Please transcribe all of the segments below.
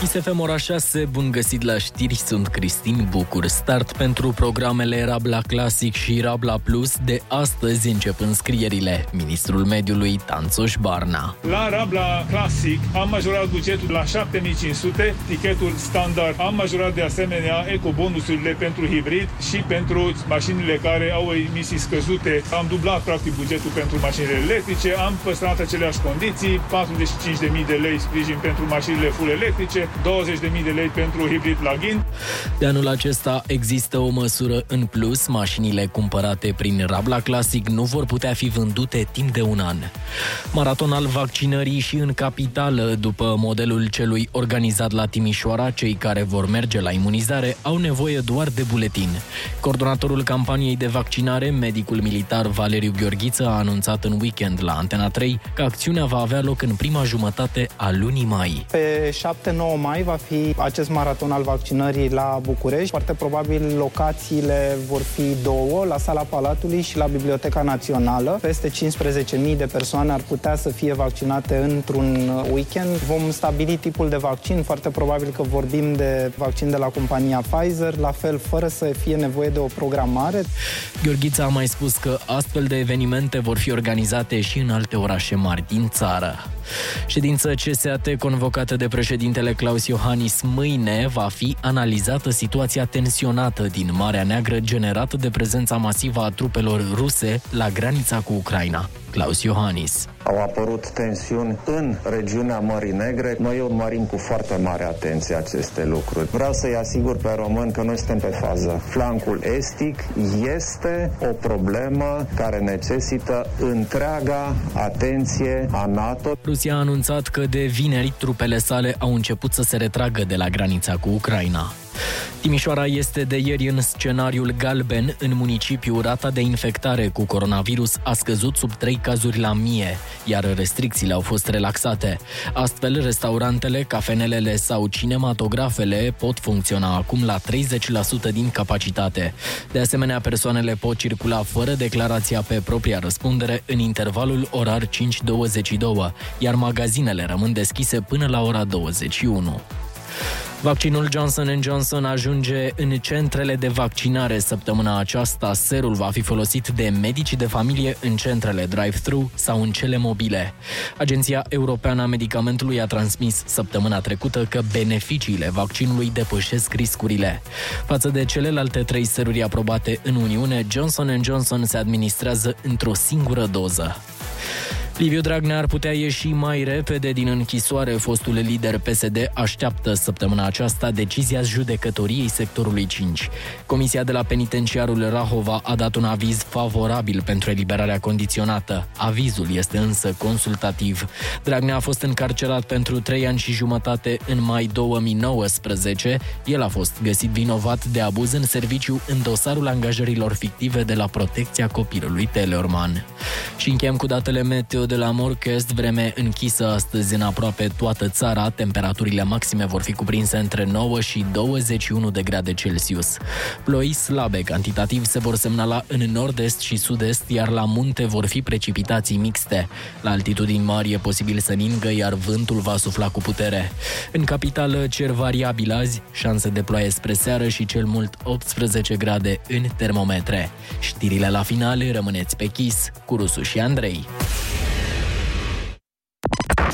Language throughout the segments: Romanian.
Kiss FM ora 6, bun găsit la știri, sunt Cristin Bucur. Start pentru programele Rabla Classic și Rabla Plus de astăzi încep înscrierile. Ministrul Mediului Tanțoș Barna. La Rabla Classic am majorat bugetul la 7500, tichetul standard. Am majorat de asemenea ecobonusurile pentru hibrid și pentru mașinile care au emisii scăzute. Am dublat practic bugetul pentru mașinile electrice, am păstrat aceleași condiții, 45.000 de lei sprijin pentru mașinile full electrice, 20.000 de lei pentru hibrid plug-in. De anul acesta există o măsură în plus, mașinile cumpărate prin Rabla Classic nu vor putea fi vândute timp de un an. Maraton al vaccinării și în capitală, după modelul celui organizat la Timișoara, cei care vor merge la imunizare au nevoie doar de buletin. Coordonatorul campaniei de vaccinare, medicul militar Valeriu Gheorghiță, a anunțat în weekend la Antena 3 că acțiunea va avea loc în prima jumătate a lunii mai. Pe 7-9 mai va fi acest maraton al vaccinării la București. Foarte probabil locațiile vor fi două, la Sala Palatului și la Biblioteca Națională. Peste 15.000 de persoane ar putea să fie vaccinate într-un weekend. Vom stabili tipul de vaccin, foarte probabil că vorbim de vaccin de la compania Pfizer, la fel fără să fie nevoie de o programare. Gheorghița a mai spus că astfel de evenimente vor fi organizate și în alte orașe mari din țară. Ședință CSAT convocată de președintele Claus Iohannis mâine va fi analizată situația tensionată din Marea Neagră generată de prezența masivă a trupelor ruse la granița cu Ucraina. Claus Iohannis. Au apărut tensiuni în regiunea Mării Negre. Noi urmărim cu foarte mare atenție aceste lucruri. Vreau să-i asigur pe român că noi suntem pe fază. Flancul estic este o problemă care necesită întreaga atenție a NATO. Rusia a anunțat că de vineri trupele sale au început să se retragă de la granița cu Ucraina. Timișoara este de ieri în scenariul galben. În municipiu, rata de infectare cu coronavirus a scăzut sub 3 cazuri la mie, iar restricțiile au fost relaxate. Astfel, restaurantele, cafenelele sau cinematografele pot funcționa acum la 30% din capacitate. De asemenea, persoanele pot circula fără declarația pe propria răspundere în intervalul orar 5-22, iar magazinele rămân deschise până la ora 21. Vaccinul Johnson Johnson ajunge în centrele de vaccinare săptămâna aceasta. Serul va fi folosit de medici de familie în centrele drive-thru sau în cele mobile. Agenția Europeană a Medicamentului a transmis săptămâna trecută că beneficiile vaccinului depășesc riscurile. Față de celelalte trei seruri aprobate în Uniune, Johnson Johnson se administrează într-o singură doză. Liviu Dragnea ar putea ieși mai repede din închisoare. Fostul lider PSD așteaptă săptămâna aceasta decizia judecătoriei sectorului 5. Comisia de la penitenciarul Rahova a dat un aviz favorabil pentru eliberarea condiționată. Avizul este însă consultativ. Dragnea a fost încarcerat pentru 3 ani și jumătate în mai 2019. El a fost găsit vinovat de abuz în serviciu în dosarul angajărilor fictive de la protecția copilului Teleorman. Și încheiem cu datele meteo de la Morchest, vreme închisă astăzi în aproape toată țara. Temperaturile maxime vor fi cuprinse între 9 și 21 de grade Celsius. Ploi slabe cantitativ se vor semnala în nord-est și sud-est, iar la munte vor fi precipitații mixte. La altitudini mari e posibil să ningă, iar vântul va sufla cu putere. În capitală cer variabil azi, șanse de ploaie spre seară și cel mult 18 grade în termometre. Știrile la final, rămâneți pe chis cu Rusu și Andrei.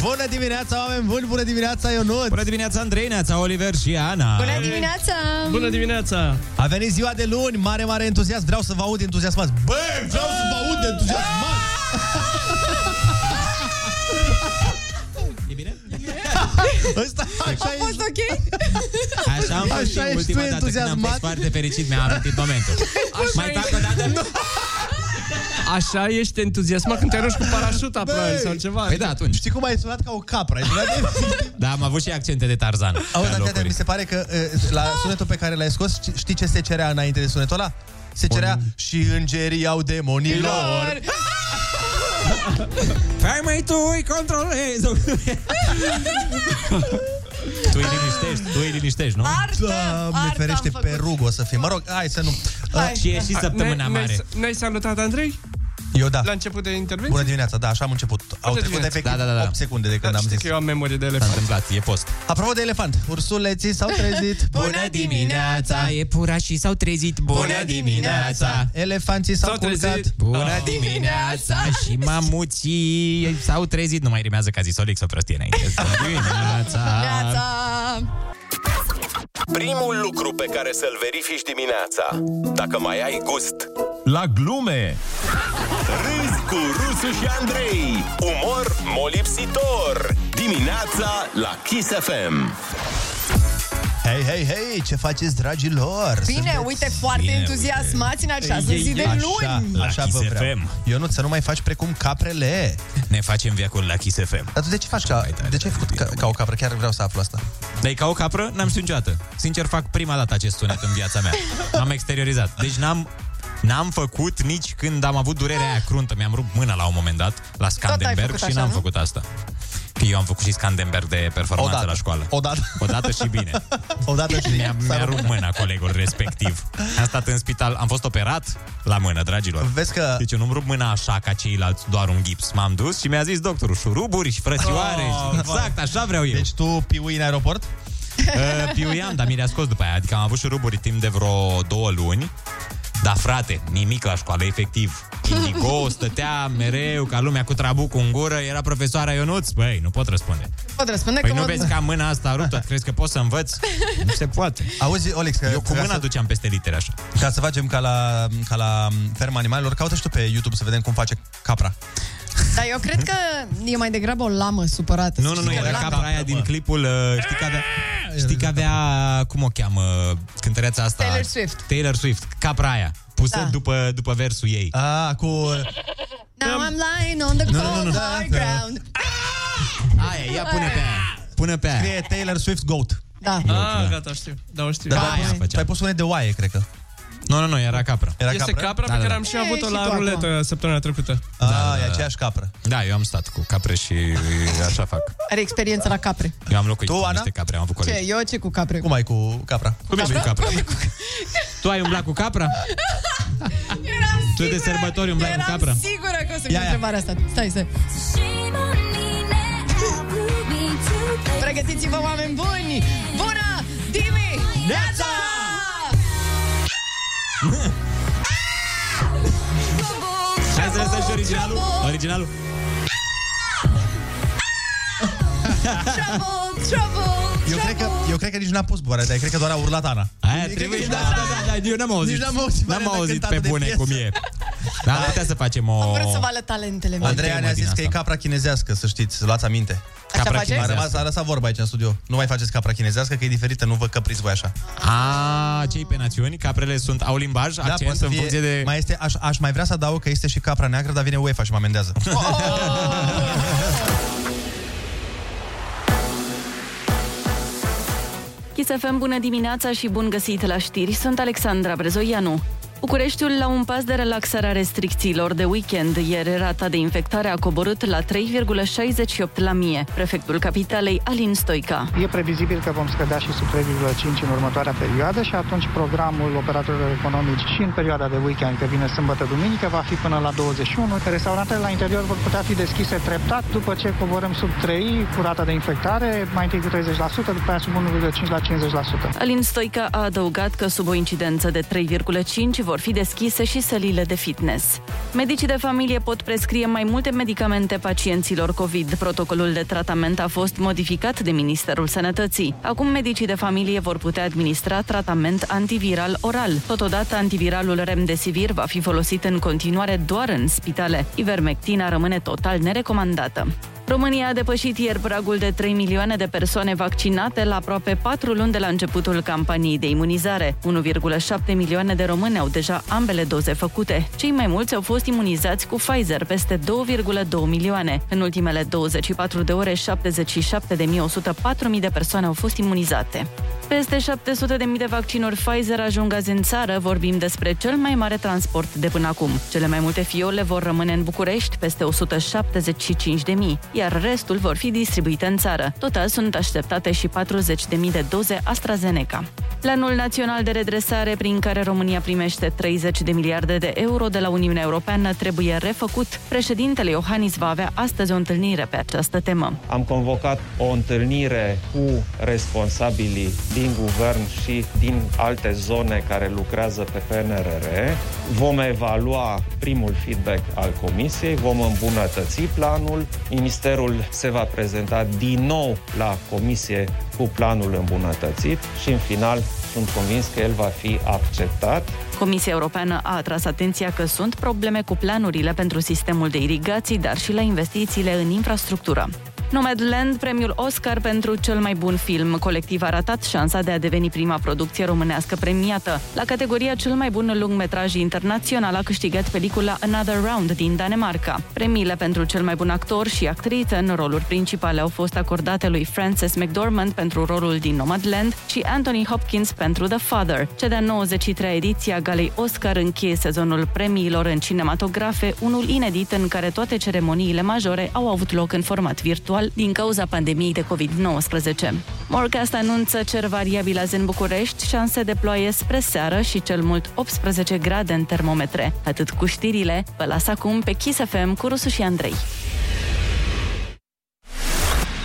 Bună dimineața, oameni buni! Bună dimineața, Ionut! Bună dimineața, Andrei, Neața, Oliver și Ana! Bună dimineața! Bună dimineața! A venit ziua de luni, mare, mare entuziasm. Vreau să vă aud entuziasmați. Bă, vreau să vă aud Ah! entuziasmați! E bine? Ăsta, așa A fost ești. ok? Așa am fost Așa și ești ultima tu dată când am entuziasmat? Da, fost foarte fericit, mi-a amintit momentul. Mai fac o dată? Așa ești entuziasmat când te arunci cu parașuta, probabil, sau ceva. Păi da, atunci. Știi cum ai sunat ca o capră? Ai sunat de... Da, am avut și accente de Tarzan. Auzi, pe dar fii atent, locuri. mi se pare că uh, Ah! la sunetul pe care l-ai scos, ști- știi ce se cerea înainte de sunetul ăla? Se cerea și îngerii au demonilor. Fai mai tu, îi controlezi! tu îi liniștești, tu îi liniștești, nu? Artă, Doamne artă ferește, am făcut. pe rug o să fie. Mă rog, hai să nu... Hai. Și e și săptămâna Ne- ne- mare. Ne-ai salutat, Andrei? Eu da. La început de intervenție? Bună dimineața, da, așa am început. Au trecut dimineața. efectiv Da, da, da, da. 8 secunde de când Da, am știi zis. că eu am memorie de S-a elefant. întâmplat, e post. Apropo de elefant, ursuleții s-au trezit. Bună dimineața, e pura și s-au trezit. Bună dimineața! Elefanții s-au S-au culcat. Da. trezit. Da. Bună dimineața și mamuții s-au trezit. Nu mai rimează ca zis Olix o prostie înainte. Bună dimineața! Neața. Primul lucru pe care să-l verifici dimineața, dacă mai ai gust. La glume! Râzi cu Rusu și Andrei. Umor molipsitor. Dimineața la Kiss FM. Hei, hei, hei, ce faceți, dragilor? Păi, Bine, Sunteți- uite, foarte Bine, entuziasmați în această zi de Așa, luni. La așa Kiss vă vreau. FM. Eu nu, să nu mai faci precum caprele. Ne facem viacul la Kiss FM. Dar tu de ce faci ca, de ce ai făcut ca, ca o capră? Chiar vreau să aflu asta. Dar e ca o capră, n-am știut niciodată. Sincer, fac prima dată acest sunet în viața mea. Am exteriorizat. Deci n-am N-am făcut nici când am avut durerea aia cruntă. Mi-am rupt mâna la un moment dat, la Scandenberg, făcut și așa, n-am nu? făcut asta. Că eu am făcut și Scandenberg de performanță Odată. la școală. Odată. Da, Odată și bine. Odată și Mi-a, s-a mi-a rupt. rupt mâna colegul respectiv. Am stat în spital, am fost operat la mână, dragilor. Vezi că Deci eu nu-mi rup mâna așa ca ceilalți, doar un gips. M-am dus și mi-a zis doctorul, șuruburi și frățioare. și exact, așa vreau eu. Oh, deci tu piui în aeroport? Uh, piuiam, dar mi le-a scos după aia. Adică am avut șuruburi timp de vreo două luni. Dar frate, nimic la școală, efectiv. Indigo stătea mereu ca lumea cu trabucul în gură, era profesoara Ionuț. Băi, nu pot răspunde. Pot răspunde Păi că nu mă... vezi că am mâna asta ruptă, crezi că pot să învăț? Nu se poate. Auzi, Olex, că, Eu cu ca, mâna să, duceam peste litere așa. ca să facem ca la, ca la ferma animalelor, caută și tu pe YouTube să vedem cum face capra. Dar eu cred că e mai degrabă o lamă supărată. Nu, nu, nu, Știi că era lama- capra aia din clipul, uh, știi că avea... Știi că avea, cum o cheamă cântăreața asta? Taylor Swift. Taylor Swift, capra aia, pusă Da. după, după versul ei. Ah, cu... Now I'm lying on the nu, nu, cold nu. Ah! hard ground. Aia, ia pune pe aia. Pune pe aia. E Taylor Swift Goat. Da. Ah, gata, știu. Da, o știu. Dar Aia tu ai pus- făceam. tu ai pus sunet de oaie, cred că. Nu, nu, nu, era capra. Era Este capră? capra Da, pe da, care da. am și E, avut-o și la tu acum. ruletă săptămâna trecută. Ah, e aceeași capră. Da, eu am stat cu capre și așa fac. Are experiență la capre. Eu am locuit Tu, tu, cu Ana? niște capre, am avut Ce, colegi. eu ce cu capre? Cum ai cu capra? Cum ești cu capra? Tu ai umblat cu capra? Eram Tu de sărbători umblai cu eram capra? sigură că o să Ia, fie ia. întrebarea asta. Stai, stai. Pregătiți-vă, oameni buni! Bună dimineața! Hai să lăsăm și originalul. Originalul. Trouble, trouble, Eu cred, că, eu cred că nici n-a pus boare, dar cred că doar a urlat Ana. Aia trebuie, da, da, da, da, eu n-am auzit. Nici n-am auzit, N-am Mariana, auzit cântatul pe de bune piesă. cum e. Dar am putea să facem o... Am vrut să vă arăt talentele mele. Oh. Andreea temă ne-a din zis că e asta. capra chinezească, să știți, luați aminte. Așa capra faceți? A chinezească. rămas, a lăsat vorba aici în studio. Nu mai faceți capra chinezească, că e diferită, nu vă căpriți voi așa. A, cei pe națiuni, caprele sunt, au limbaj, accent Da, poate în fie- funcție de... Mai este, aș, aș mai vrea să adaug că este și capra neagră, dar vine UEFA și mă amendează. Oh! Chisefem, bună dimineața și bun găsit la știri. Sunt Alexandra Brezoianu. Bucureștiul la un pas de relaxarea restricțiilor de weekend, iar rata de infectare a coborât la 3,68 la mie. Prefectul capitalei Alin Stoica. E previzibil că vom scădea și sub 3,5 în următoarea perioadă și atunci programul operatorilor economici și în perioada de weekend, că vine sâmbătă, duminică, va fi până la 21. Restaurantele la interior vor putea fi deschise treptat după ce coborâm sub 3 cu rata de infectare, mai întâi cu 30%, după aia sub 1,5 la 50%. Alin Stoica a adăugat că sub o incidență de 3,5 vor fi deschise și sălile de fitness. Medicii de familie pot prescrie mai multe medicamente pacienților COVID. Protocolul de tratament a fost modificat de Ministerul Sănătății. Acum medicii de familie vor putea administra tratament antiviral oral. Totodată, antiviralul Remdesivir va fi folosit în continuare doar în spitale. Ivermectina rămâne total nerecomandată. România a depășit ieri pragul de 3 milioane de persoane vaccinate la aproape 4 luni de la începutul campaniei de imunizare. 1,7 milioane de români au deja ambele doze făcute. Cei mai mulți au fost imunizați cu Pfizer, peste 2,2 milioane. În ultimele 24 de ore, 77.104.000 de persoane au fost imunizate. Peste 700.000 de vaccinuri Pfizer ajung azi în țară, vorbim despre cel mai mare transport de până acum. Cele mai multe fiole vor rămâne în București, peste 175.000, iar restul vor fi distribuite în țară. Total sunt așteptate și 40.000 de doze AstraZeneca. Planul național de redresare prin care România primește 30 de miliarde de euro de la Uniunea Europeană trebuie refăcut. Președintele Iohannis va avea astăzi o întâlnire pe această temă. Am convocat o întâlnire cu responsabilii din guvern și din alte zone care lucrează pe PNRR. Vom evalua primul feedback al comisiei, vom îmbunătăți planul. Ministerul se va prezenta din nou la comisie cu planul îmbunătățit și în final sunt convins că el va fi acceptat. Comisia Europeană a atras atenția că sunt probleme cu planurile pentru sistemul de irigații, dar și la investițiile în infrastructură. Nomadland, premiul Oscar pentru cel mai bun film. Colectiv a ratat șansa de a deveni prima producție românească premiată. La categoria cel mai bun lungmetraj internațional a câștigat pelicula Another Round din Danemarca. Premiile pentru cel mai bun actor și actriță în roluri principale au fost acordate lui Frances McDormand pentru rolul din Nomadland și Anthony Hopkins pentru The Father. Cea de-a 93-a ediție a galei Oscar încheie sezonul premiilor în cinematografe, unul inedit în care toate ceremoniile majore au avut loc în format virtual virtual din cauza pandemiei de COVID-19. Morcast anunță cer variabil azi în București, șanse de ploaie spre seară și cel mult 18 grade în termometre. Atât cu știrile, vă las acum pe Kiss FM cu Rusu și Andrei.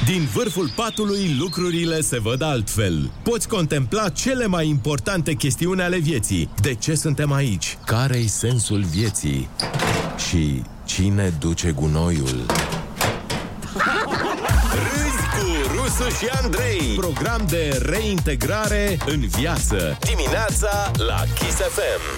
Din vârful patului lucrurile se văd altfel. Poți contempla cele mai importante chestiuni ale vieții. De ce suntem aici? Care-i sensul vieții? Și cine duce gunoiul? Râzi cu Rusu și Andrei Program de reintegrare în viață Dimineața la Kiss FM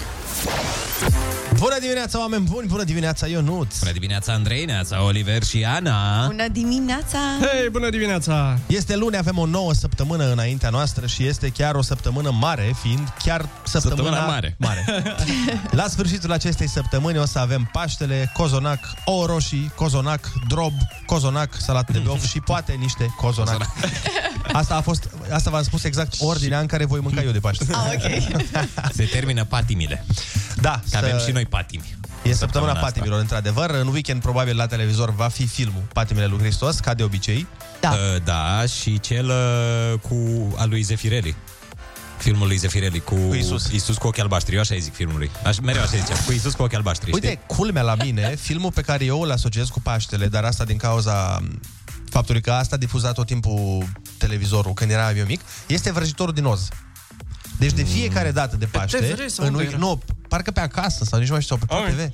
Bună dimineața, oameni buni! Bună dimineața, Ionuț! Bună dimineața, Andrei, neața, Oliver și Ana! Bună dimineața! Hei, bună dimineața! Este luni, avem o nouă săptămână înaintea noastră și este chiar o săptămână mare, fiind chiar săptămâna, Săptămâna mare. mare. La sfârșitul acestei săptămâni o să avem Paștele, cozonac, ouă roșii, cozonac, drob, cozonac, salată de bof și poate niște cozonac. Asta a fost, asta v-am spus exact ordinea în care voi mânca eu de Paște. Ah, ok. Se termină patimile. Da, Că avem și noi patimi. E săptămâna patimilor, într-adevăr. În weekend, probabil, la televizor va fi filmul Patimile lui Hristos, ca de obicei. Da. Uh, da, și cel uh, cu al lui Zefirelli. Filmul lui Zefirelli cu, cu Isus. Isus cu ochii albaștri. Eu așa îi zic filmului. Aș, mereu așa îi ziceam. Cu Isus cu ochii albaștri. Uite, culmea la mine, filmul pe care eu îl asociez cu Paștele, dar asta din cauza m, faptului că asta difuza tot timpul televizorul când eram eu mic, este Vrăjitorul din Oz. Deci de fiecare dată de Pe Paște, TV sau în unde week, era? nu, parcă pe acasă sau nici nu mai știu, sau pe TV,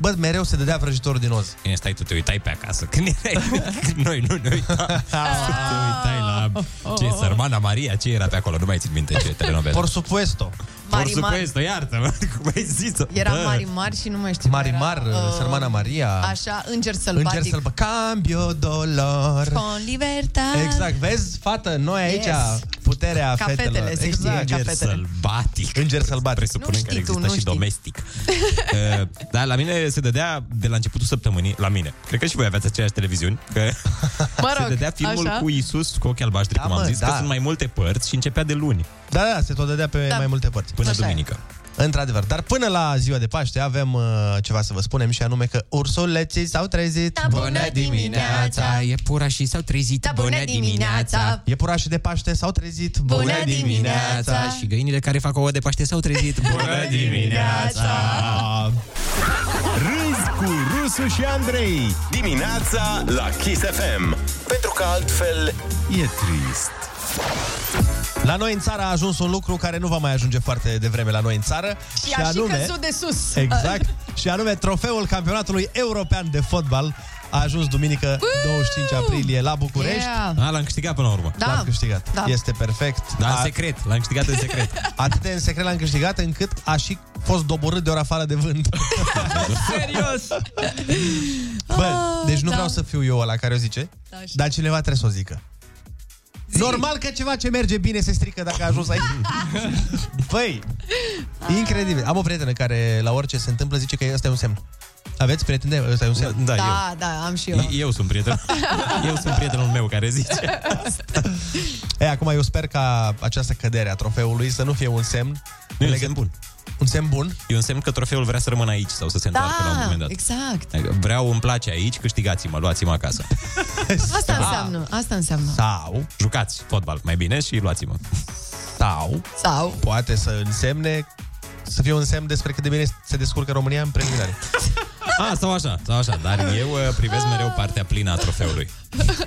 bă, mereu se dădea Vrăjitorul din Oz. Bine, stai, tu te uitai pe acasă. Când erai mic, noi nu ne uitam. Tu te uitai la... Oh, Ce, sărmana Maria? Ce era pe acolo? Nu mai țin minte ce telenovelă. Por supuesto. Por Mari, mari. supuesto, iartă-mă. Cum ai zis-o? Era Bă. mari mari și nu mai știu. Marimar, era, Oh, uh, sărmana Maria. Așa, înger sălbatic. Înger să Cambio dolor. Con libertate. Exact, vezi, fată, noi aici Da. Yes. puterea Ca fetele, fetelor. se știe, exact. ca Înger fetele. sălbatic. Înger sălbatic. Presupunem da, Nu că știi tu, există nu și știi. domestic. Uh, Dar la mine se dădea de la începutul săptămânii, la mine. Cred că și voi aveați aceeași televiziuni, că Mă rog, se dădea filmul așa. cu Isus cu ochii albaștri, Da, cum am mă, zis, da. că sunt mai multe părți și începea de luni, Da, da, se tot dădea pe Da. mai multe părți. până Așa e. duminică. Într-adevăr, dar până la ziua de Paște avem uh, ceva să vă spunem și anume că ursuleții s-au trezit. Da, bună Bună dimineața! dimineața! Iepurașii s-au trezit, Da, bună bună dimineața! dimineața! Iepurașii de Paște s-au trezit. Bună dimineața! Și găinile care fac ouă de Paște s-au trezit, bună dimineața! Râzi cu Rusu și Andrei Dimineața la Kiss FM Pentru că altfel E trist. La noi în țară a ajuns un lucru care nu va mai ajunge foarte devreme la noi în țară. Și a și căzut de sus. Exact. Și anume, trofeul campionatului european de fotbal a ajuns duminică 25 aprilie la București. Yeah. Yeah. A, l-am câștigat până la urmă. Da. L-am câștigat. Da. Este perfect. Dar în A- secret, l-am câștigat în secret. Atât de în secret l-am câștigat încât a și fost doborât de ori afară de vânt. Serios? Bă, deci nu Ah, da. vreau să fiu eu ăla care o zice, Da, știu. dar cineva trebuie să o zică. Normal că ceva ce merge bine se strică dacă a ajuns aici. Băi, incredibil. Am o prietenă care la orice se întâmplă zice că ăsta e un semn. Aveți prietene? Ăsta e un semn? Da, Da, da, am și eu. eu. Eu sunt prieten. Eu sunt prietenul meu care zice. E, acum eu sper ca această cădere a trofeului să nu fie un semn. Nu, e un semn bun. Un semn bun? E un semn că trofeul vrea să rămână aici sau să se întoarcă la un Da, moment dat. exact. Adică, Vreau, îmi place aici, câștigați-mă, luați-mă acasă. Asta înseamnă, asta înseamnă. Sau jucați fotbal mai bine și luați-mă. Sau Sau poate să însemne să fie un semn despre cât de bine se descurcă România în preliminare. A, Ah, sau așa, Da, sau așa, dar eu uh, privesc mereu partea plină a trofeului.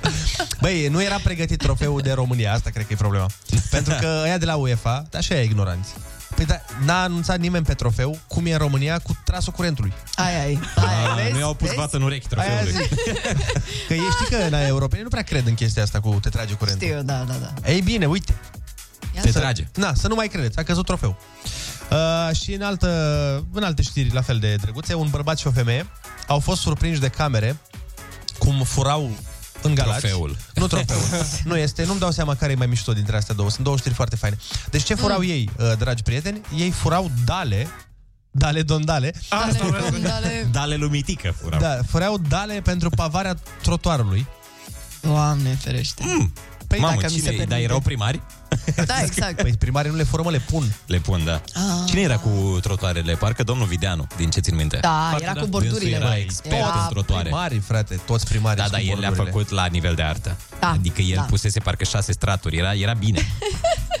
Băi, nu era pregătit trofeul de România, asta cred că e problema. Pentru că ăia de la UEFA, așa e ignoranți. Păi da, n-a anunțat nimeni pe trofeu cum e în România cu trasul curentului. Ai, ai. A, Ah, nu i-au pus vată în urechi trofeului. Aia Că ei știi că la europenii nu prea cred în chestia asta cu te trage curentul. Știu, da, da, da. Ei bine, uite. Te Să- trage. Na, să nu mai credeți, a căzut trofeu. Uh, și în, altă, în alte știri la fel de drăguțe, un bărbat și o femeie au fost surprinși de camere cum furau în Galați. Trofeul. Nu trofeul. nu este, nu-mi dau seama care e mai mișto dintre astea două. Sunt două știri foarte faine. Deci ce furau Mm. ei, uh, dragi prieteni? Ei furau dale, dale dondale. Asta vreau să- dale... dale lumitică furau. Da, făreau dale pentru pavarea trotuarului. Doamne, ferește. Mm. Păi, Mamă, dacă mi se cine, permite. dar erau primari? Da, exact. Păi primarii nu le fură, mă, le pun. Le pun, da. Ah. Cine era cu trotoarele? Parcă domnul Videanu, din ce țin minte. Da, era cu bordurile, Dânsul mă, Era expert era în trotoare. Primarii, frate, toți primarii Da, da, el le-a făcut la nivel de artă. Da, adică el da. pusese parcă șase straturi, era, era bine.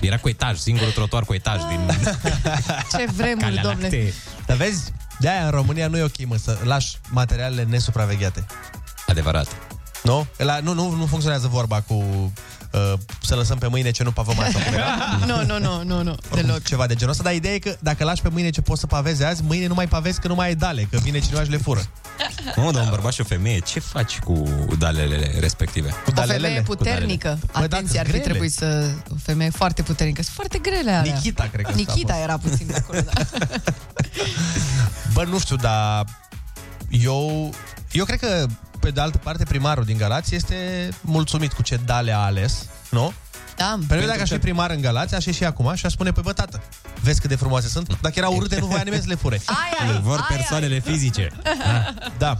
Era cu etaj, singurul trotuar cu etaj din Ce vremuri, Calea domne. Lactee. Dar vezi, de-aia în România nu e ok, mă, să lași materialele nesupravegheate. Adevărat. Nu? La, nu, nu, nu funcționează vorba cu uh, să lăsăm pe mâine ce nu pavăm azi. Nu, nu, nu, nu, nu. Deloc. Ceva de genul ăsta, dar ideea e că dacă lași pe mâine ce poți să pavezi azi, mâine nu mai pavezi că nu mai ai dale, că vine cineva și le fură. Mamă, dar un bărbat și o femeie, ce faci cu dalelele respective? Cu Păi da, O femeie puternică. Păi, Atenție, ar fi grele. trebuit să... O femeie foarte puternică. Sunt foarte grele alea. Nikita, cred că asta a Nikita fost. era puțin de acolo, da. Bă, nu știu, dar eu, eu cred că, pe de altă parte, primarul din Galați este mulțumit cu ce dale a ales, nu? Da. Pentru că dacă aș fi primar în Galați, aș ieși și acum și aș spune pe bă, tată, vezi cât de frumoase sunt? Dacă erau urâte, nu voia nimeni să le fure. Ai, ai, Mm. Vor ai, persoanele ai. fizice. Da.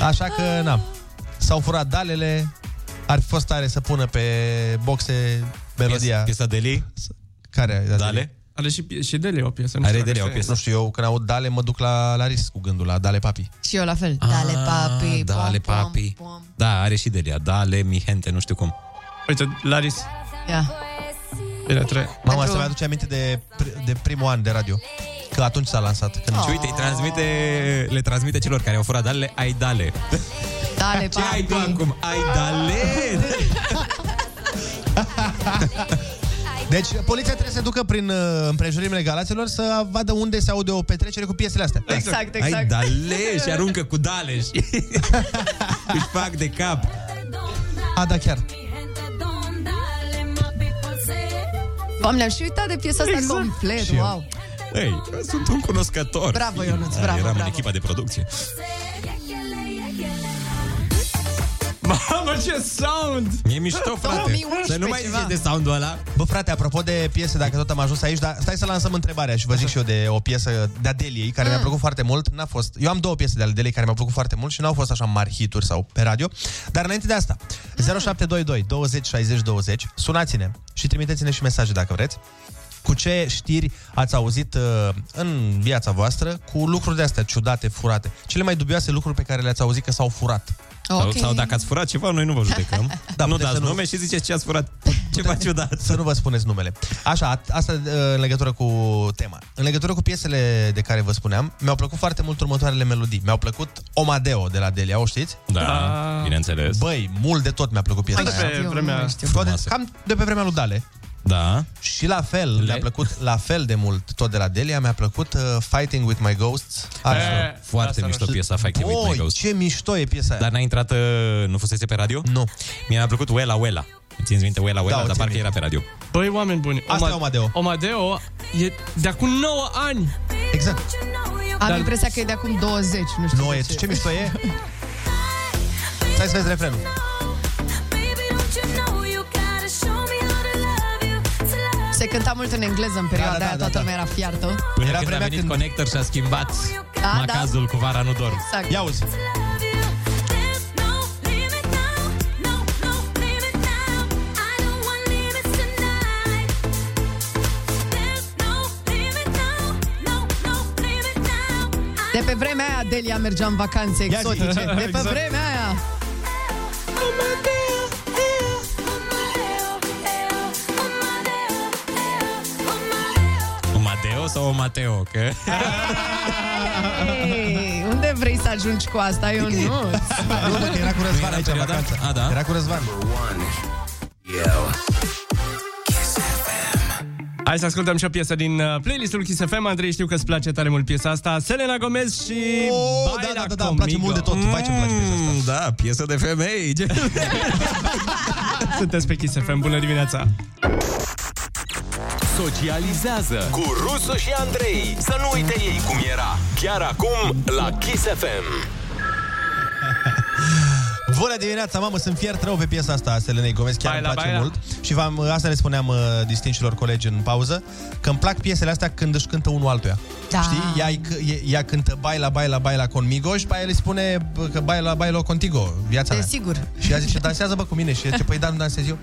Așa că, na, s-au furat dalele, ar fi fost tare să pună pe boxe melodia. Piesa Deli? Care? Da, Dale? Are și, pie- și Dele o piesă. nu Are știu de dacă o știi. piesă. Nu știu, eu când aud Dale mă duc la, la risc cu gândul la Dale Papi. Și eu la fel. Dale, papi. Da, ale papi. Da, are și Delia. Da, le mi gente, nu știu cum. Uite, Laris. Ia. Era trei. Mama, să-mi aduce aminte de, pri- de primul an de radio. Că atunci s-a lansat. Când... Și uite, îi transmite, le transmite celor care au furat dalele, ai dale. Dale, Ce ai tu acum? Ai dale! Deci, poliția trebuie să ducă prin uh, împrejurimile galaților să vadă unde se aude o petrecere cu piesele astea. Exact, exact. Ai dale și aruncă cu dale și își fac de cap. A, da, chiar. Doamne, am și uitat de piesa asta complet. Și eu. Wow. Ei, sunt un cunoscător. Bravo, Ionuț, Da, bravo, Eram bravo. în echipa de producție. Mamă, ce sound! E mișto, frate. 2011 Să nu mai ceva. zici de soundul ăla. Bă, frate, apropo de piese, dacă tot am ajuns aici, dar stai să lansăm întrebarea și vă zic și eu de o piesă de Adeliei care mi-a plăcut foarte mult. N-a fost. Eu am două piese de Adeliei care mi-au plăcut foarte mult și n-au fost așa mari hituri sau pe radio. Dar înainte de asta, 0722 20 60 20, sunați-ne și trimiteți-ne și mesaje dacă vreți. Cu ce știri ați auzit uh, în viața voastră cu lucruri de astea ciudate, furate? Cele mai dubioase lucruri pe care le-ați auzit că s-au furat. Sau, sau dacă ați furat ceva, noi nu vă judecăm. Da, da, nu puteți să dați nu- nume și ziceți ce ați furat. Ceva ciudat. Să nu vă spuneți numele. Așa, at- asta uh, în legătură cu tema. În legătură cu piesele de care vă spuneam, mi-au plăcut foarte mult următoarele melodii. Mi-au plăcut Omadeo de la Delia, o știți? Da, bineînțeles. Băi, mult de tot mi-a plăcut piesa Tot de aia. pe vremea... Toate, cam de pe vremea lui Dale. Da. Și la fel, mi-a plăcut la fel de mult tot de la Delia, mi-a plăcut uh, Fighting with My Ghosts. Așa. E, Foarte Da, asta mișto nu știu. piesa Fighting with My Oi, Ghost. ce mișto e piesa aia. Dar n-a intrat, uh, nu fusese pe radio? Da. Nu. Mi-a plăcut Wela Wela. Îmi Ținți minte Wela Wela, Da, o dar țin parcă minte. era pe radio. Băi, oameni buni. Asta e Omadeo. Omadeo e de acum 9 ani. Exact. Am Dar- impresia că e de acum 20, nu știu Nu de e, ce. ce mișto e? Stai să vezi refrenul. Se cânta mult în engleză în perioada da, da, aia, toată lumea era fiartă. Până era când a venit când... Connector și a schimbat da. da, macazul da. cu vara nu dor. Exact. Ia uzi. De pe vremea aia Delia mergea în vacanțe Ia zi. exotice. De pe Exact. vremea aia. Un Mateo sau un Mateo? Că... Ei, unde vrei să ajungi cu asta? Eu nu. Nu, mă, că era cu Răzvan aici, în vacanță. A, da. Era cu Răzvan. Hai să ascultăm și o piesă din uh, playlistul Kiss FM. Andrei, știu că îți place tare mult piesa asta. Selena Gomez și Oh, da, da, da, da, îmi place mult de tot. Vai ce-mi place piesa asta. Da, piesă de femei. Sunteți pe Kiss FM. Bună dimineața! Socializează cu Rusu și Andrei. Să nu uite ei cum era. Chiar acum la Kiss FM. Bună dimineața, mamă, sunt fiert rău pe piesa asta a Selenei Gomez, chiar Baila, îmi place baila. mult. Și v-am, asta le spuneam uh, distinșilor colegi în pauză, că îmi plac piesele astea când își cântă unul altuia. Da. Știi? Ea, îi c- e- ea cântă baila, baila, baila conmigo și pe aia le spune bă, că baila, baila contigo, viața mea. Desigur. Și ea zice, dansează bă cu mine și ea zice, păi da, nu dansez eu.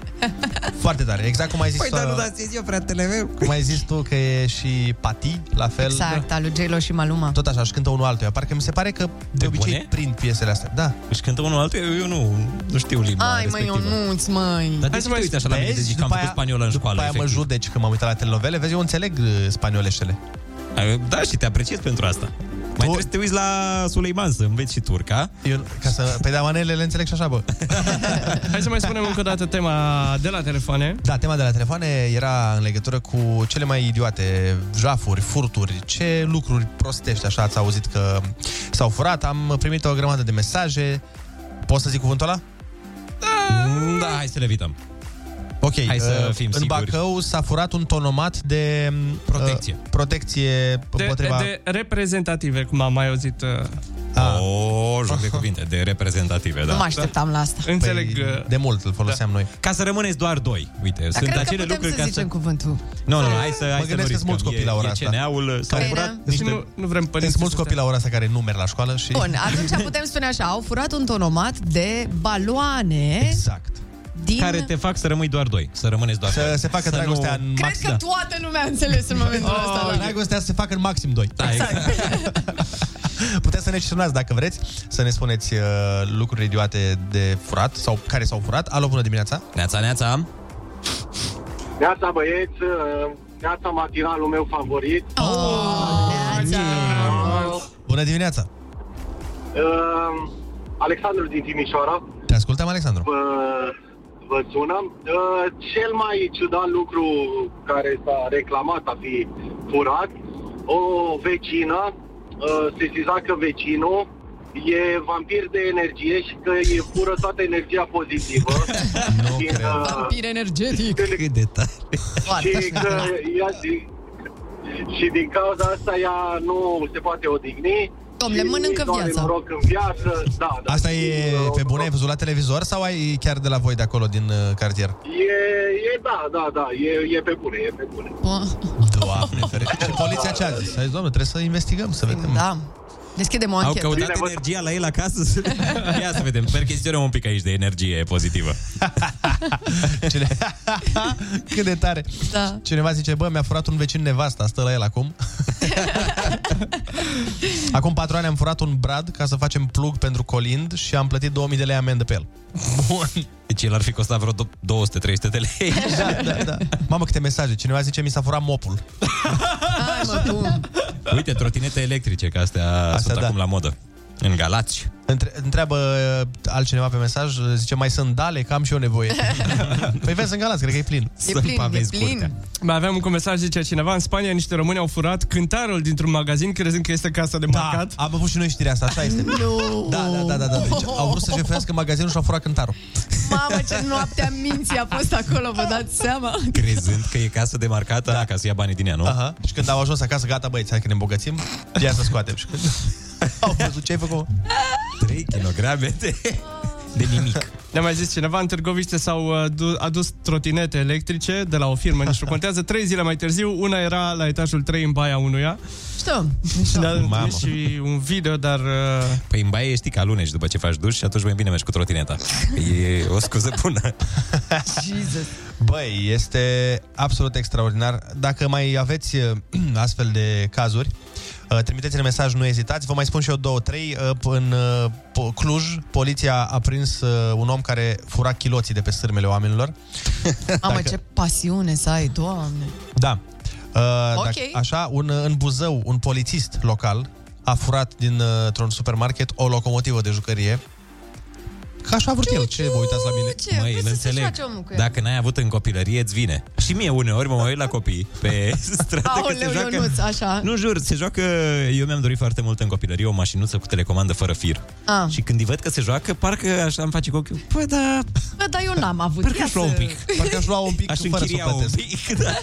Foarte tare, exact cum ai Păi, Păi, zis tu, eu, fratele meu. cum ai zis tu că e și Pati, la fel. Exact, al lui J-Lo și Maluma. Tot așa, își cântă unul altuia. Parcă mi se pare că de, de obicei bune? prind piesele astea. Da. Își cântă unul altul? Eu, eu nu, nu știu limba Ai, mă, respectivă. Ionuț, măi. Dar de ce te uiți așa la mine de zici că am făcut spaniolă în școală, După aia mă efectiv? judeci că m-am uitat la telenovele, vezi, eu înțeleg uh, spanioleștele. Da, și te apreciez pentru asta. Mai trebuie să te uiți la Suleiman să înveți și turca. Eu, ca să... Pe de manele le înțeleg și așa, bă. Hai să mai spunem încă o dată tema de la telefoane. Da, tema de la telefoane era în legătură cu cele mai idiote jafuri, furturi, ce lucruri prostești, așa ați auzit că s-au furat. Am primit o grămadă de mesaje. Poți să zic cuvântul ăla? Da, hai să le evităm. Ok, Hai să uh, fim în siguri. Bacău s-a furat un tonomat de protecție, uh, protecție De, de, împotriva Ah. de reprezentative, cum am mai auzit. uh, Oh, O, joc de cuvinte, de reprezentative, da. Nu mă așteptam la asta. Înțeleg. Păi, de mult îl foloseam da. noi. Ca să rămâneți doar doi. Uite, Dar sunt cred acele că putem lucruri să ca să... zicem cuvântul. Nu, nu, nu, hai să, Mă hai să nu gândesc că sunt mulți riscăm. copii la ora e, asta. E CNA-ul s-a Păi, furat da. Niște... Nu, nu vrem părinți Sunt mulți copii la ora asta care nu merg la școală și... Bun, atunci putem spune așa, au furat un tonomat de baloane Exact. din... care te fac să rămâi doar doi, să rămâneți doar Să doi. se facă dragostea în da. Cred maxim. că da. toată lumea a înțeles în momentul ăsta. Oh, Ah! Doamne. dragostea se facă în maxim 2. Da, exact. Puteți să ne și sunați dacă vreți, să ne spuneți uh, lucruri idiote de furat sau care s-au furat. Alo, bună dimineața! Neața, neața. Neața băieți, uh, neața matinalul meu favorit. Bună dimineața! Uh, Alexandru din Timișoara, Te ascultăm, Alexandru. vă, vă sună. Uh, cel mai ciudat lucru care s-a reclamat a fi furat, o vecină uh, se ziza că vecinul e vampir de energie și că e fură toată energia pozitivă. din, uh, Vampir energetic. Cât de tare. și că ea din, și din cauza asta ea nu se poate odigni. Domnule, Și mănâncă doar viața. noroc în viață, da, da. Asta e pe bune? Ai văzut la televizor sau ai chiar de la voi de acolo, din uh, cartier? E, e, da, da, da, e, e pe bune, e pe bune. Doamne ferește! Și poliția ce a zis? A zis, doamne, trebuie să investigăm, să vedem. Da. Deschidem o Au anchetă. căutat energia la el acasă? Ia să vedem. Perchestionăm un pic aici de energie pozitivă. Cine... Cât de tare! Da. Cineva zice, bă, mi-a furat un vecin nevasta, stă la el acum. acum patru ani am furat un brad ca să facem plug pentru colind și am plătit 2000 de lei amendă pe el. Bun. Deci el ar fi costat vreo 200-300 de lei. Da, da, da. Mamă, câte mesaje. Cineva zice, mi s-a furat mopul. Hai, mă, cum? Uite, trotinete electrice, că astea, astea sunt da. acum la modă. În Galați. Între, întreabă uh, altcineva pe mesaj, zice, mai sunt dale, că am și eu nevoie. păi vezi, în Galați, cred că e plin. Mai aveam un mesaj, zicea cineva, în Spania niște români au furat cântarul dintr-un magazin crezând că este casa de marcat. Da, am avut și noi știrea asta, așa este. Nu. Da, da, da, da, da. Deci au vrut să jefuiască magazinul și au furat cântarul. Mamă, ce noaptea minții a fost acolo, vă dați seama? Crezând că e casă demarcată, da. ca să ia banii din ea, nu? Aha. Și când au ajuns acasă, gata, băieți, hai că ne îmbogățim, ia să scoatem. Și când au văzut ce ai făcut, 3 kilograme de... De nimic. Ne-a mai zis cineva, în Târgoviște s-au uh, du- adus trotinete electrice de la o firmă, nici nu contează. Trei zile mai târziu, una era la etajul 3 în baia unuia. Știu. Și ne-a Deci- Mamă. trimis și un video, dar... uh, Păi în baie știi că alunești după ce faci duș și atunci mai bine mergi cu trotineta. E o scuză bună. Jesus. Băi, este absolut extraordinar. Dacă mai aveți eh, astfel de cazuri, eh, trimiteți-ne mesaj, nu ezitați. Vă mai spun și eu două, trei. Eh, p- În eh, po- Cluj, poliția a prins eh, un om care fura chiloții de pe sârmele oamenilor. Mamă, ce pasiune să ai, doamne. Da. Uh, Ok. dacă, așa, un, uh, în Buzău, un polițist local a furat din, uh, un supermarket o locomotivă de jucărie. Că așa a vrut el. Ce vă uitați la mine? ce? Vrei Măi, să îl se înțeleg. Da, joace omul cu el. Dacă n-ai avut în copilărie, îți vine. Și mie uneori mă mai uit la copii pe stradă că Aoleu, se joacă... Ionuț, așa. Nu jur, se joacă... Eu mi-am dorit foarte mult în copilărie o mașinuță cu telecomandă fără fir. Ah. Și când îi văd că se joacă, parcă așa îmi face cu ochiul. Păi da, Bă, dar eu n-am avut. parcă Ia aș lua un să- pic. Parcă aș lua un pic Aș fără să închiria un plătesc. pic. Da.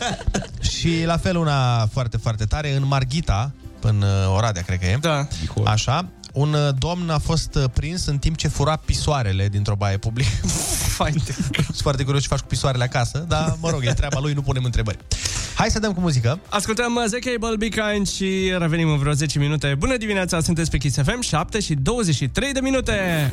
Și la fel una foarte, foarte tare, în Marghita, în uh, Oradea, cred că e. Da. Așa. Un uh, domn a fost uh, prins în timp ce fura pisoarele dintr-o baie publică. Sunt foarte curios ce faci cu pisoarele acasă, dar mă rog, e treaba lui, nu punem întrebări. Hai să dăm cu muzică. Ascultăm uh, ZK Balbi Kind și revenim în vreo 10 minute. Bună dimineața, sunteți pe Kiss FM, 7 și 23 de minute.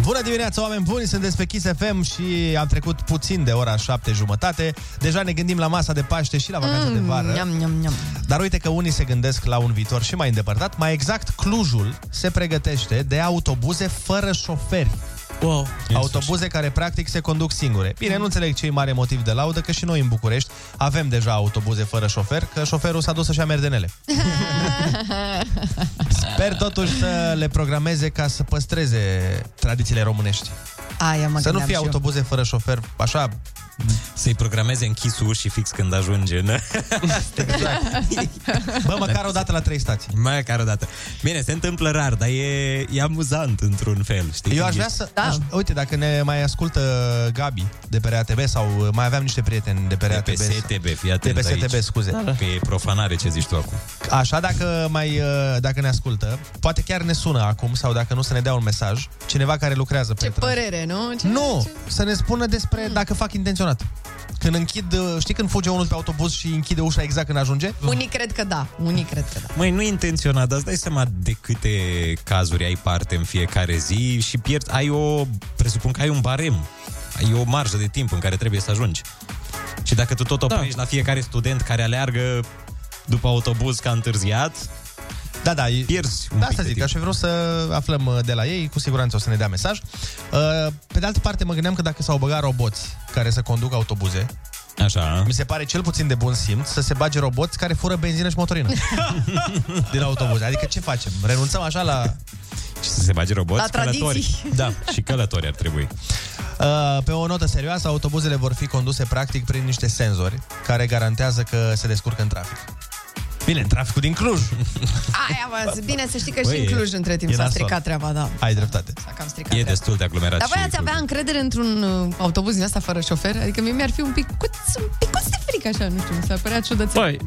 Bună dimineața, oameni buni! Sunteți pe Kiss FM și am trecut puțin de ora șapte jumătate. Deja ne gândim la masa de Paște și la vacanța mm, de vară. Niam, niam, niam. Dar uite că unii se gândesc la un viitor și mai îndepărtat. Mai exact, Clujul se pregătește de autobuze fără șoferi. Wow. Autobuze care practic se conduc singure. Bine, nu înțeleg ce mare motiv de laudă, că și noi în București avem deja autobuze fără șofer, că șoferul s-a dus să-și ia merdenele. Sper totuși să le programeze ca să păstreze tradițiile românești. Aia mă Să nu gândeam fie și eu. autobuze fără șofer, așa... Să-i programeze închisul și fix când ajunge în... Exact. Bă, măcar o dată la trei stații. Măcar o dată. Bine, se întâmplă rar, dar e, e amuzant într-un fel, Eu știi? Când aș vrea ești- să... Da. Aș, uite, dacă ne mai ascultă Gabi de pe RATB sau mai aveam niște prieteni de pe De RATB. pe STB, fii De atent pe STB, aici. scuze. Da, da. Că e profanare ce zici tu acum. Așa, dacă, mai, uh, dacă ne ascultă, poate chiar ne sună acum sau dacă nu să ne dea un mesaj, cineva care lucrează pe Ce părere, nu? Ce, Nu, ce- să ne spună despre Hmm. dacă fac intenționat. Când închid, uh, știi când fuge unul pe autobuz și închide ușa exact când ajunge? Unii cred că da, unii cred că da. Măi, nu intenționat, dar îți dai seama de câte cazuri ai parte în fiecare zi și pierd, ai o, presupun că ai un barem, ai o marjă de timp în care trebuie să ajungi. Și dacă tu tot oprești da. la fiecare student care aleargă după autobuz ca întârziat, da, da, pierzi un Da, pic asta de zic, timp. aș fi vrut să aflăm uh, de la ei, cu siguranță o să ne dea mesaj. Uh, Pe de altă parte, mă gândeam că dacă s-au băgat roboți care să conducă autobuze, Așa. mi se pare cel puțin de bun simț să se bage roboți care fură benzină și motorină din autobuze. Adică ce facem? Renunțăm așa la... Și să se bage roboți La tradiții. călători. Da, și călători ar trebui. Uh, Pe o notă serioasă, autobuzele vor fi conduse practic prin niște senzori care garantează că se descurcă în trafic. Bine, în traficul din Cluj. Aia, mă, bine să știi că Băi, și în Cluj e- între timp e s-a nasol. stricat treaba, da. Ai dreptate. S-a cam stricat E treaba. destul de aglomerat Dar voi și ați avea încredere într-un uh, autobuz din asta fără șofer? Adică mie mi-ar fi un pic cuț, un pic cuț de frică așa, nu știu, mi s-ar părea ciudățel. Mm, Băi,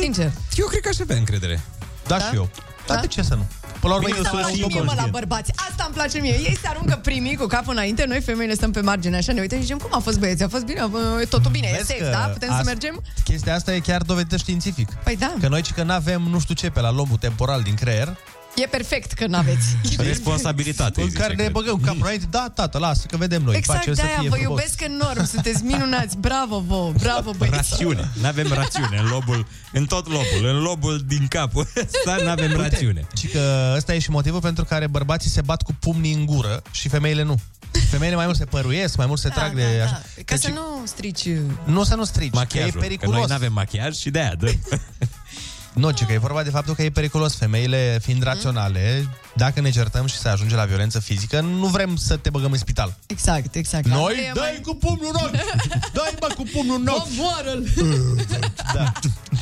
Sincer. Eu cred că aș avea încredere. Da, da? și eu. Dar de ce să nu? Până la urmă, Păi Asta sunt îmi place mie, mă, la bărbați. Asta îmi place mie. Ei se aruncă primii cu capul înainte, noi femeile stăm pe margine, așa ne uităm și zicem, cum a fost băieți? A fost bine? Bă, E totul bine, e Vezi safe, că da? Putem să asta- mergem? Chestia asta e chiar dovedită științific. Păi da. Că noi ci că n-avem nu știu ce pe la lobul temporal din creier E perfect că n-aveți. Responsabilitate. Exact. În care ne băgăm capul înainte, da, tată, lasă, că vedem noi. Exact Face să de-aia fie vă frumos. iubesc enorm, sunteți minunați, bravo vouă, bravo băieți. Rațiune. Nu avem rațiune în lobul, în tot lobul, în lobul din cap. Dar nu avem Uite, rațiune. Și că ăsta e și motivul pentru care bărbații se bat cu pumnii în gură și femeile nu. Femeile mai mult se păruiesc, mai mult Da, se trag de... așa. Ca Deci- să nu strici... Nu să nu strici, Machiajul, că e Că periculos. noi n-avem machiaj și de-aia dăm. Nu, ci că e vorba de faptul că e periculos. Femeile, fiind raționale, dacă ne certăm și se ajunge la violență fizică, nu vrem să te băgăm în spital. Exact, exact. Noi, Asta e dai cu pumnul în ochi! Dai, mă, cu pumnul în ochi! Omoară-l! Da.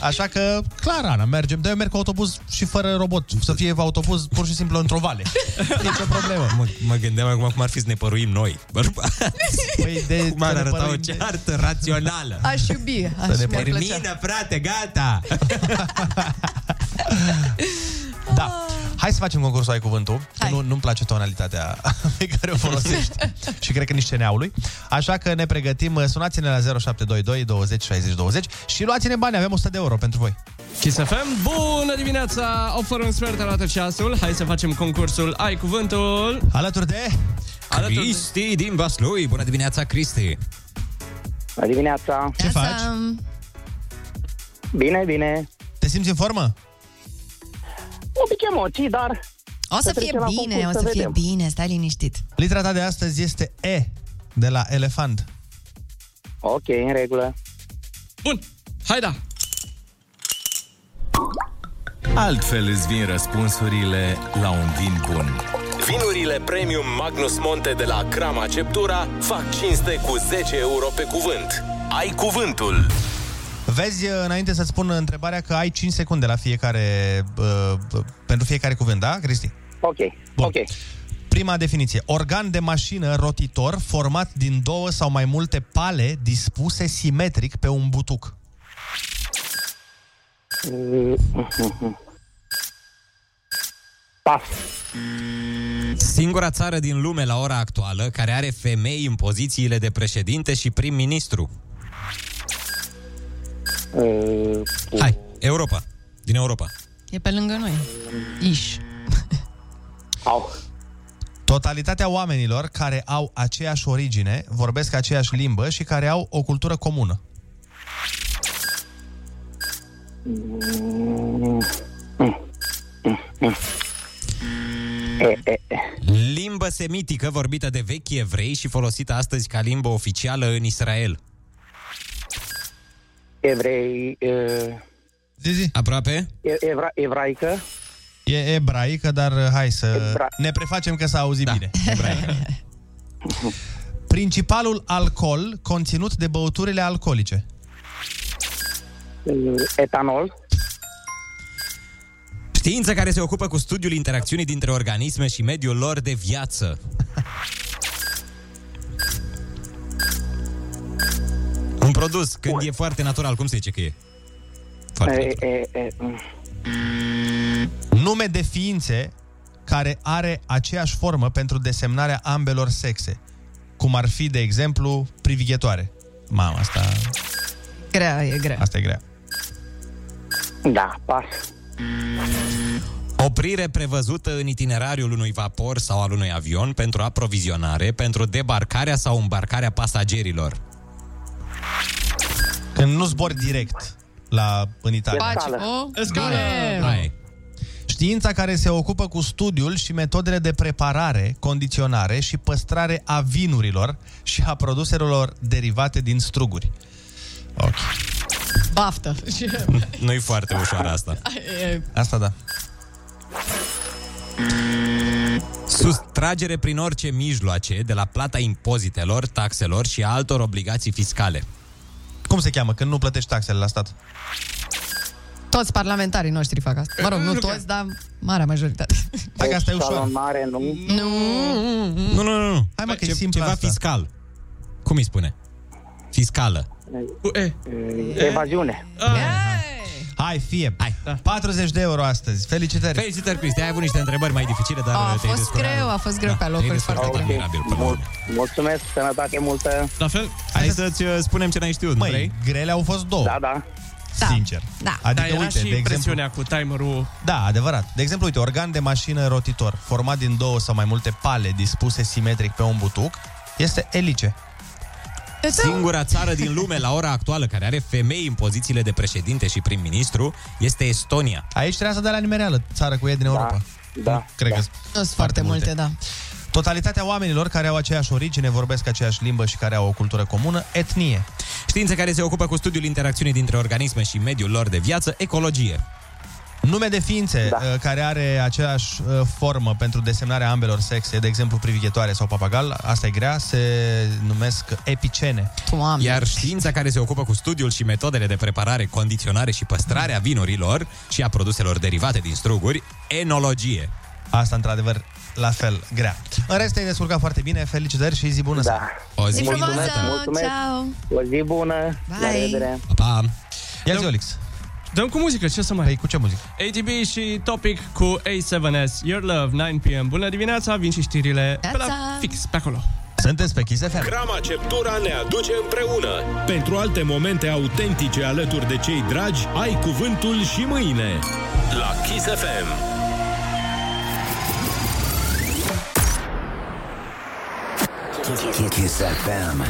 Așa că, clar, Ana, mergem. Dar eu merg cu autobuz și fără robot. Să fie autobuz pur și simplu într-o vale. Nici o problemă. Mă, mă gândeam acum cum ar fi să ne păruim noi, bărbați. Păi de, cum ar să ne arăta o păruim de- ceartă rațională. Aș iubi, aș Să ne mi-ar plăcea. termină, frate, gata! Da. Hai să facem concursul Ai Cuvântul. Că nu, nu-mi place tonalitatea pe care o folosești. și cred că nici CNA-ului. Așa că ne pregătim. Sunați-ne la 0722 20 60 20 și luați-ne bani. Avem 100 de euro pentru voi. Kiss FM, bună dimineața! 8 fără un sfert arată ceasul. Hai să facem concursul Ai Cuvântul. Alături de... Cristi din Vaslui, bună dimineața, Cristi! Bună dimineața! Ce faci? Bine, bine. Te simți în formă? Un pic emoții, dar... O să fie trecem la bine, o concurs, să fie vedem. bine, stai liniștit. Litera ta de astăzi este E, de la elefant. Ok, în regulă. Bun, hai da! Altfel îți vin răspunsurile la un vin bun. Vinurile Premium Magnus Monte de la Crama Ceptura fac cinste cu 10 euro pe cuvânt. Ai cuvântul! Vezi, uh, înainte să-ți spun întrebarea, că ai 5 secunde la fiecare, uh, pentru fiecare cuvânt, da, Cristi? Ok, Bun. ok. Prima definiție. Organ de mașină rotitor format din două sau mai multe pale dispuse simetric pe un butuc. Pas! Singura țară din lume la ora actuală care are femei în pozițiile de președinte și prim-ministru. Hai, Europa. Din Europa. E pe lângă noi. Iș. Au. Totalitatea oamenilor care au aceeași origine, vorbesc aceeași limbă și care au o cultură comună. Limbă semitică vorbită de vechi evrei și folosită astăzi ca limbă oficială în Israel. Evrei... Uh, Aproape? evra, evraică? E ebraică, dar uh, hai să ne prefacem că s-a auzit da. bine. Ebraică. Principalul alcool conținut de băuturile alcoolice. Uh, etanol? Știință care se ocupă cu studiul interacțiunii dintre organisme și mediul lor de viață. Un produs, când e foarte natural, cum se zice că e? E, e, e, mm. Nume de ființe care are aceeași formă pentru desemnarea ambelor sexe. Cum ar fi, de exemplu, privighetoare. Mamă, asta, Grea, e grea. asta e grea. Da, pas. Oprire prevăzută în itinerariul unui vapor sau al unui avion pentru aprovizionare, pentru debarcarea sau îmbarcarea pasagerilor. Când nu zbori direct la, în Italia. Hai. Știința care se ocupă cu studiul și metodele de preparare, condiționare și păstrare a vinurilor și a produselor derivate din struguri. Ok. Baftă. Nu-i foarte ușoară asta. E- Asta da. Sustragere prin orice mijloace de la plata impozitelor, taxelor și a altor obligații fiscale. Cum se cheamă când nu plătești taxele la stat? Toți parlamentarii noștri fac asta. Mă rog, nu toți, dar marea majoritate. Hai că asta e ușor. Mare, Deci, da. nu? Nu. Nu, nu, nu. nu. Hai mă, că e Ce- simplu Ceva asta. fiscal. Cum îi spune? Fiscală. E, evaziune. Hai, fie. Hai. 40 de euro astăzi. Felicitări. Felicitări, Cristi. Ai avut niște întrebări mai dificile, dar A te-ai fost descurcat. greu, a fost greu pe te-ai locuri descurcat foarte greu. admirabil până la urmă. Mulțumesc, sănătate multă. La fel. Hai să-ți uh, spunem ce n-ai știut, nu Măi, vrei? grele au fost două. Da, da. Da. sincer. Da. Adică, Dar era uite, și de exemplu, presiunea cu timerul. da, adevărat. De exemplu, uite, organ de mașină rotitor, format din două sau mai multe pale dispuse simetric pe un butuc, este elice. Singura țară din lume la ora actuală care are femei în pozițiile de președinte și prim-ministru este Estonia. Aici trebuia să dai la nimereală, țară cu ei din Europa. Da, da. Cred da. că sunt foarte multe, multe. da. Totalitatea oamenilor care au aceeași origine, vorbesc aceeași limbă și care au o cultură comună, etnie. Științe care se ocupă cu studiul interacțiunii dintre organisme și mediul lor de viață, ecologie. Nume de ființe da. care are aceeași uh, formă pentru desemnarea ambelor sexe, de exemplu privighetoare sau papagal, asta e grea, se numesc epicene. Doamne. Iar știința care se ocupă cu studiul și metodele de preparare, condiționare și păstrare a vinurilor și a produselor derivate din struguri, enologie. Asta, într-adevăr, la fel, grea. În rest, te-ai descurcat foarte bine, felicitări și zi bună! Da. O Zi frumoasă, ciao. O zi bună! Bye. revedere. Pa! Ia zi, Olix! Dăm cu muzică, ce să mai... Păi cu ce muzică? ATB și Topic cu A7S, Your Love, 9pm. Bună dimineața, vin și știrile pe la fix, pe acolo. Sunteți pe Kiss FM. Grama Ceptura ne aduce împreună. Pentru alte momente autentice alături de cei dragi, ai cuvântul și mâine. La Kiss FM. Kiss FM.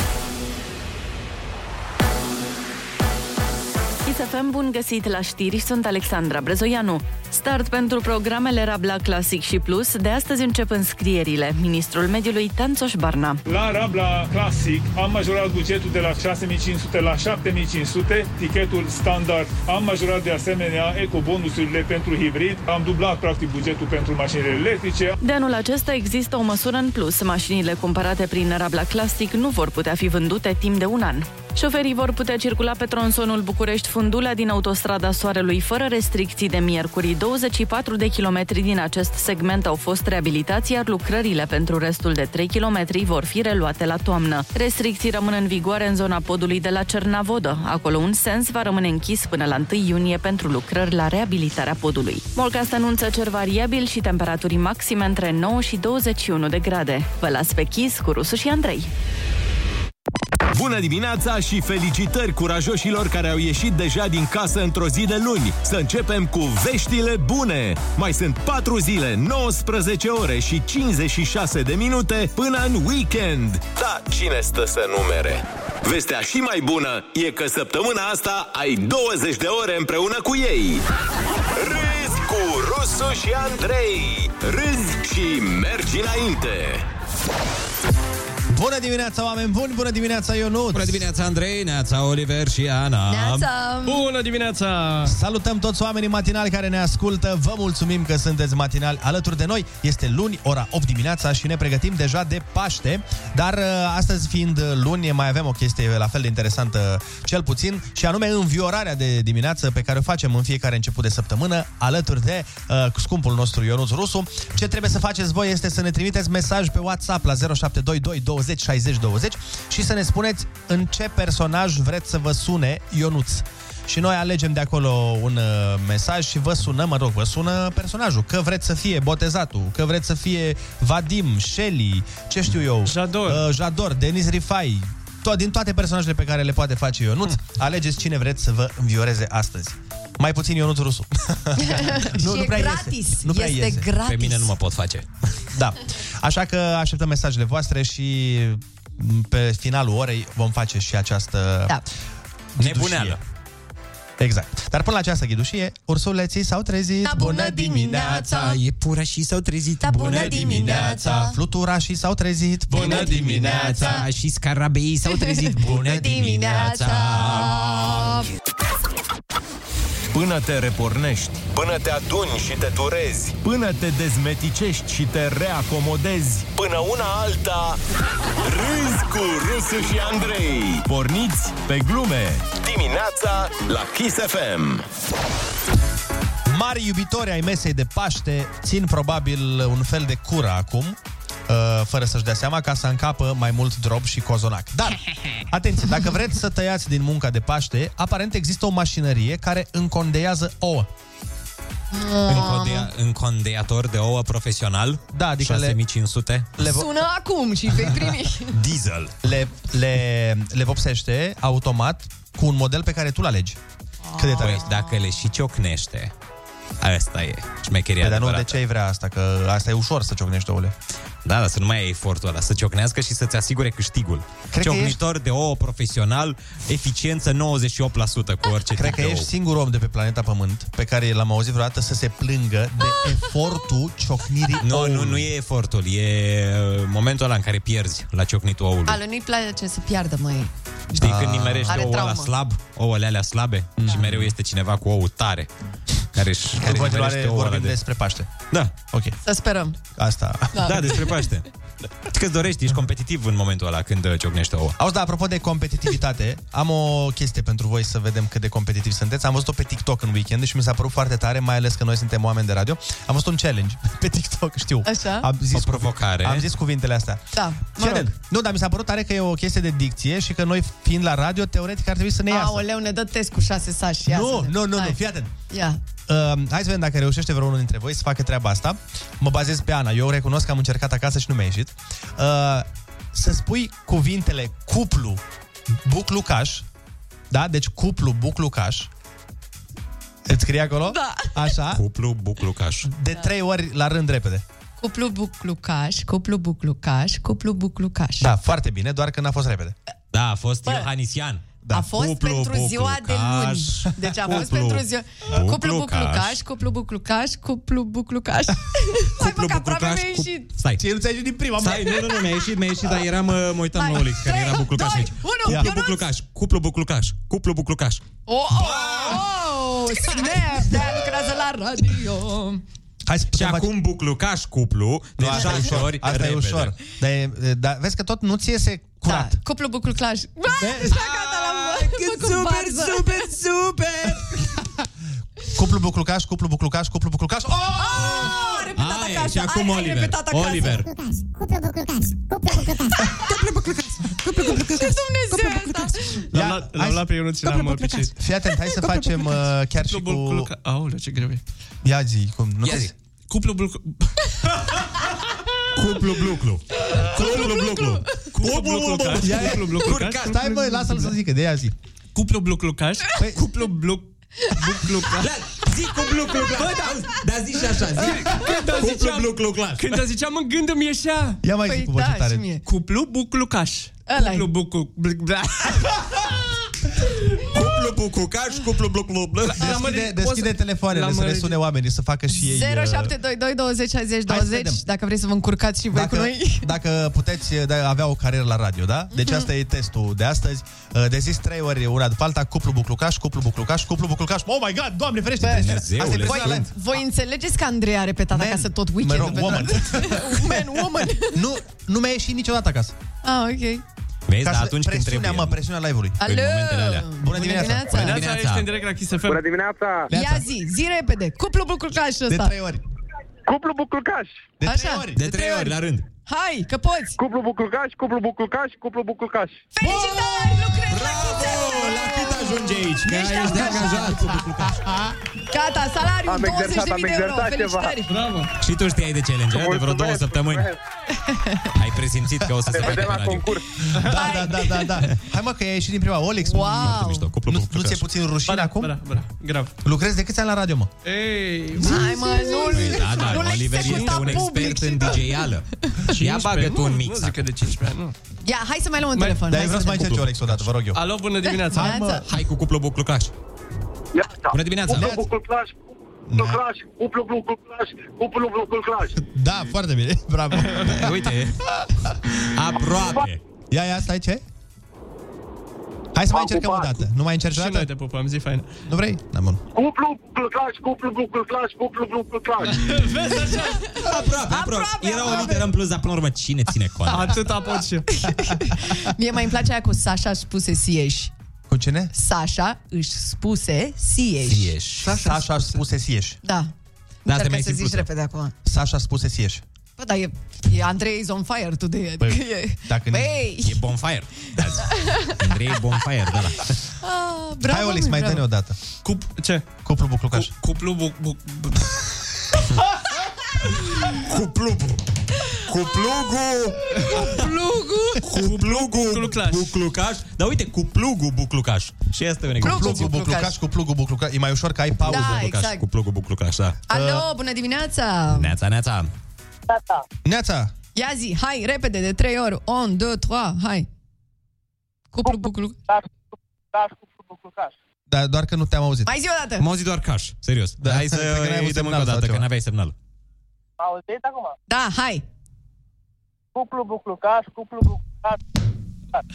ISFM, bun găsit la știri, sunt Alexandra Brezoianu. Start pentru programele Rabla Classic și Plus, de astăzi încep înscrierile. Ministrul Mediului Tanțoș Barna. La Rabla Classic am majorat bugetul de la 6500 la 7500, tichetul standard. Am majorat de asemenea ecobonusurile pentru hibrid. Am dublat practic bugetul pentru mașinile electrice. De anul acesta există o măsură în plus. Mașinile cumpărate prin Rabla Classic nu vor putea fi vândute timp de un an. Șoferii vor putea circula pe tronsonul București-Fundulea din autostrada Soarelui fără restricții de miercuri. 24 de kilometri din acest segment au fost reabilitați, iar lucrările pentru restul de 3 kilometri vor fi reluate la toamnă. Restricții rămân în vigoare în zona podului de la Cernavodă. Acolo un sens va rămâne închis până la 1 iunie pentru lucrări la reabilitarea podului. Molcast anunță cer variabil și temperaturi maxime între 9 și 21 de grade. Vă las pe chis cu Rusu și Andrei. Bună dimineața și felicitări curajoșilor care au ieșit deja din casă într-o zi de luni. Să începem cu veștile bune. Mai sunt 4 zile, 19 ore și 56 de minute până în weekend. Da, cine stă să numere? Vestea și mai bună e că săptămâna asta ai 20 de ore împreună cu ei. Râzi cu Rusu și Andrei. Râzi și mergi înainte. Bună dimineața, oameni buni! Bună dimineața, Ionut! Bună dimineața, Andrei, neața, Oliver și Ana! Neața! Bună dimineața! Salutăm toți oamenii matinali care ne ascultă. Vă mulțumim că sunteți matinali alături de noi. Este luni, ora 8 dimineața și ne pregătim deja de Paște. Dar ă, astăzi fiind luni, mai avem o chestie la fel de interesantă, cel puțin, și anume înviorarea de dimineață pe care o facem în fiecare început de săptămână alături de uh, scumpul nostru Ionuț Rusu. Ce trebuie să faceți voi este să ne trimiteți mesaj pe WhatsApp la 0722 20 60 20 și să ne spuneți în ce personaj vreți să vă sune Ionuț. Și noi alegem de acolo un uh, mesaj și vă sună, mă rog, vă sună personajul. Că vreți să fie botezatul, că vreți să fie Vadim, Shelly, ce știu eu, Jador, uh, Jador Denis Rifai, tot, din toate personajele pe care le poate face Ionuț, alegeți cine vreți să vă învioreze astăzi. Mai puțin Ionuț Rusu. și e gratis. este gratis. pot face. Da. Așa că așteptăm mesajele voastre și m, pe finalul orei vom face și această Da. Nebuneală. Exact. Dar până la această ghidușie, ursuleții s-au trezit. Da, bună dimineața! Iepurașii s-au trezit. Da, bună Bună dimineața! dimineața! Fluturașii s-au trezit. Bună dimineața! Și scarabeii s-au trezit. Bună dimineața! Până te repornești, până te aduni și te turezi, până te dezmeticești și te reacomodezi, până una alta, râzi cu Rusu și Andrei. Porniți pe glume dimineața la Kiss FM. Mari iubitori ai mesei de Paște țin probabil un fel de cură acum, uh, fără să-și dea seama ca să încapă mai mult drop și cozonac. Da, Dar, atenție, dacă vreți să tăiați din munca de Paște, aparent există o mașinărie care încondează ouă. Ah. Încodea, încondeator de ouă profesional, da, adică le- 6500, Le, vo- Sună acum și vei primi. diesel. le, le, le vopsește automat cu un model pe care tu-l alegi. Cât de tare Păi, dacă le și ciocnește, asta e șmecheria Păi, dar nu, de adevărată. ce ai vrea asta? Că asta e ușor să ciocnești ouăle. Da, dar să nu mai ai efortul ăla, să ciocnească și să-ți asigure câștigul. Cred că Ciocnitor de ouă profesional, eficiență 98% cu orice Cred tip că de ești ou. singurul om de pe planeta Pământ pe care l-am auzit vreodată să se plângă de efortul ciocnirii Nu, nu, nu e efortul, e uh, momentul ăla în care pierzi la ciocnitul oului. Ală, nu-i place să piardă, măi. Știi, când nimerești Are ouă la traumă. slab, ouăle alea slabe Da. și mereu este cineva cu ouă tare care își care continuare nimerește ouăle vorbim de... despre Paște. Da. Ok. Să sperăm. Asta. Da, da despre Paște. Știi că-ți dorești, ești competitiv în momentul ăla când uh, ciocnești ouă. Auzi, da, apropo de competitivitate, am o chestie pentru voi să vedem cât de competitivi sunteți. Am văzut-o pe TikTok în weekend și mi s-a părut foarte tare, mai ales că noi suntem oameni de radio. Am văzut un challenge pe TikTok, știu. Așa. Am zis, o provocare. am zis cuvintele astea. Da, mă Challenge. rog. Nu, dar mi s-a părut tare că e o chestie de dicție și că noi, fiind la radio, teoretic ar trebui să ne iasă. Aoleu, ne dă test cu șase sași. Ia Nu, să ne- nu, nu, nu, Hai. fii atent. Ia. Uh, hai să vedem dacă reușește vreunul dintre voi să facă treaba asta. Mă bazez pe Ana. Eu recunosc că am încercat acasă și nu mi-a ieșit. Uh, să spui cuvintele cuplu, buc Lucaș, da? Deci cuplu, buc Lucaș. Îți scrie acolo? Da. Așa. Cuplu, buc Lucaș. De Da. trei ori la rând repede. Cuplu Buclucaș, cuplu Buclucaș, cuplu Buclucaș. Da, foarte bine, doar că n-a fost repede. Da, a fost Bă. Iohanisian. Da. A fost Cuplu, pentru ziua de luni. Buclucaș. Deci a fost Cuplu. pentru ziua... Cuplu Buclucaș, cuplu Buclucaș, cuplu Buclucaș. Hai mă, că aproape mi-a ieșit. Stai. Ce nu ți-a ieșit din prima? Stai, nu, nu, nu, mi-a ieșit, mi-a ieșit, dar eram, uh, mă uitam Hai, la Olic, care trei, era buclucaș doi, aici. unu, Cuplu Ionuț! buclucaș, cuplu buclucaș, cuplu buclucaș. Oh, oh, oh, snap, de lucrează la radio. Hai să și acum buclucaș cuplu, de asta e șase ușor, ori, asta e repede. ușor. Dar, e- e- dar Da, vezi că tot nu ți iese curat. Da. Cuplu Buclucaș. Bă, s-a gata, l-am făcut super, bază. super, super! Cuplu buclucaș, cuplu buclucaș, cuplu buclucaș. Oh! Oh, repetat Aia e, acasă. și acum Aia e Oliver. repetat acasă. Oliver. Cuplu Buclucaș, cuplu Buclucaș, cuplu Buclucaș, cuplu Buclucaș. Ce Dumnezeu e asta? L-am luat- l-am luat pe Ionuț și l-am uh, picit. Fii atent, hai să facem uh, chiar și Cuplu cu... Bucluca- Aoleu, ce greu e. Ia zi, cum? Nu Ia te- zi. Cuplu Buclucaș. Cuplu bluclu. Cuplu bluclu. Cuplu bluclu. Ia, ia. Cuplu Buclucaș. Stai, bă, lasă-l să zică, de ea zi. Cuplu Buclucaș. Păi- Cuplu Bluc... Buclucaș. Zi cu bluclu. Bă, da, da, zi și așa, zi. Când o Cuplu ziceam, bluclu clar. când o ziceam în gând îmi ieșea. Ia mai Păi zi cu voce da, și tare. mie. Cuplu Buclucaș. Ăla-i. Cuplu Bucu... blic- bla. Cuplu buclucaș, cuplu bluclu. L-am Deschide, înregistrat- deschide o să- telefoanele, l-am să ne înregistrat. sune oamenii, să facă și ei... uh, 0722 20 60 Hai să 20 vedem. Dacă vreți să vă încurcați și voi cu Dacă, noi dacă puteți uh, da, avea o carieră la radio, da? Deci asta e testul de astăzi. Uh, De zis trei ori una după alta, cuplu buclucaș, cuplu buclucaș, cuplu buclucaș. Oh my god, doamne ferește! Dumnezeule Asta e presa sfânt. live. Voi înțelegeți că Andrei a repetat Man. acasă tot Mă weekendul rog, woman. pentru- Man, woman Nu, nu mi-a ieșit niciodată acasă. Ah, ok Vezi, Ca dar să- atunci când presiunea, trebuie. mă, presiunea live-ului. Alo momentele alea. Bună dimineața. Bună Dimineața, dimineața. ești în direct la Kiss FM. Bună dimineața! Ia zi, zi repede Cuplu buclucaș De ăsta trei ori. Cuplu Buclucaș! De trei Așa. ori. De trei ori la rând. Hai, că poți Cuplu Buclucaș, Cuplu Buclucaș, Cuplu Buclucaș! Felicitări, lucrezi la Kiss FM! La cât ajunge aici? Că Ești ești de angajat. angajat cu buclucaș. Gata, salariul Am 20.000 exersat, de am euro exersat ceva. Felicitări Bravo. Și tu știai de challenge, era de vreo două săptămâni. Ai presimțit că o să se Ne facă vedem pe la radio. concurs! Da, da, da, da, da. Hai mă că i-a ieșit din prima. Olex, Foarte Wow mișto, cuplu nu, nu buclucaș. ți-e puțin rușine Bara, acum? bara, bara. Grav. Lucrezi de câți ani la radio, mă? Ei, Hai mă, nu Păi da, da, nu le Oliver este executa un public expert și- în DJ-ală. Ia 15, bagă tu un nu, mix Nu zic că acum. de 15 ani, nu. Ia, hai să mai luăm un Mai- telefon Dar hai eu vreau să să mai vedem. încerci Olex odată, vă rog eu. Alo, bună dimineața. Hai, mă. Hai cu cuplu buclucaș. Iată! Bună dimineața. Cuplu Buclucaș, Buclucaș, Cuplu Buclucaș, Cuplu Buclucaș! Da, foarte bine, bravo. Uite, aproape. Ia, ia, stai, ce? Hai să mai M-am încercăm o pupat. dată. Nu mai încerci o Și dată? noi te pupăm, zi faină. Nu vrei? Da, bun. Cuplu Buclucaș, Cuplu Buclucaș, Cuplu Buclucaș! Aproape, aproape. Era o literă în plus, dar până la urmă cine ține cont? Atâta pot și eu. Mie mai îmi place aia cu Sasha își spuse sieși Cu cine? Sasha își spuse sieși Ieși. Sasha spuse sieș. Da Da, asta Încercă mi-ai să zici simplus. repede acum Sasha spuse sieș. Bă, dar e, e Andrei is on fire today adică Păi, e, dacă nu- Băi, E bonfire. azi. Andrei e bonfire, da, da. a, Ah, bravo, Hai, Olex, mă, mai bravo. dă-ne o dată. Cup, ce? Cuplu buclucaș. Cuplu buc... buc Cu plugul. Cu plugul. Cu plugul. Cu plugul buclucaș. buclucaș. Dar uite, cu plugul buclucaș. Și asta e un Cu exemplu. plugul buclucaș, cu plugul buclucaș. E mai ușor că ai pauză. Da, exact. Cu plugul buclucaș, da. Alo, bună dimineața! Neața, neața. Neața. Neața. Ia zi, hai, repede, de trei ori. On, doi, trei, hai. Cuplu, buclu. Dar doar că nu te-am auzit. Mai zi o dată. Am auzit doar caș, serios. Da, Da, Hai cred că n-ai să îi avut dăm încă semnal sau o dată, că ceva. n-aveai semnal. Auziți acum? Da, hai. Cuplu buclucaș, cuplu buclucaș.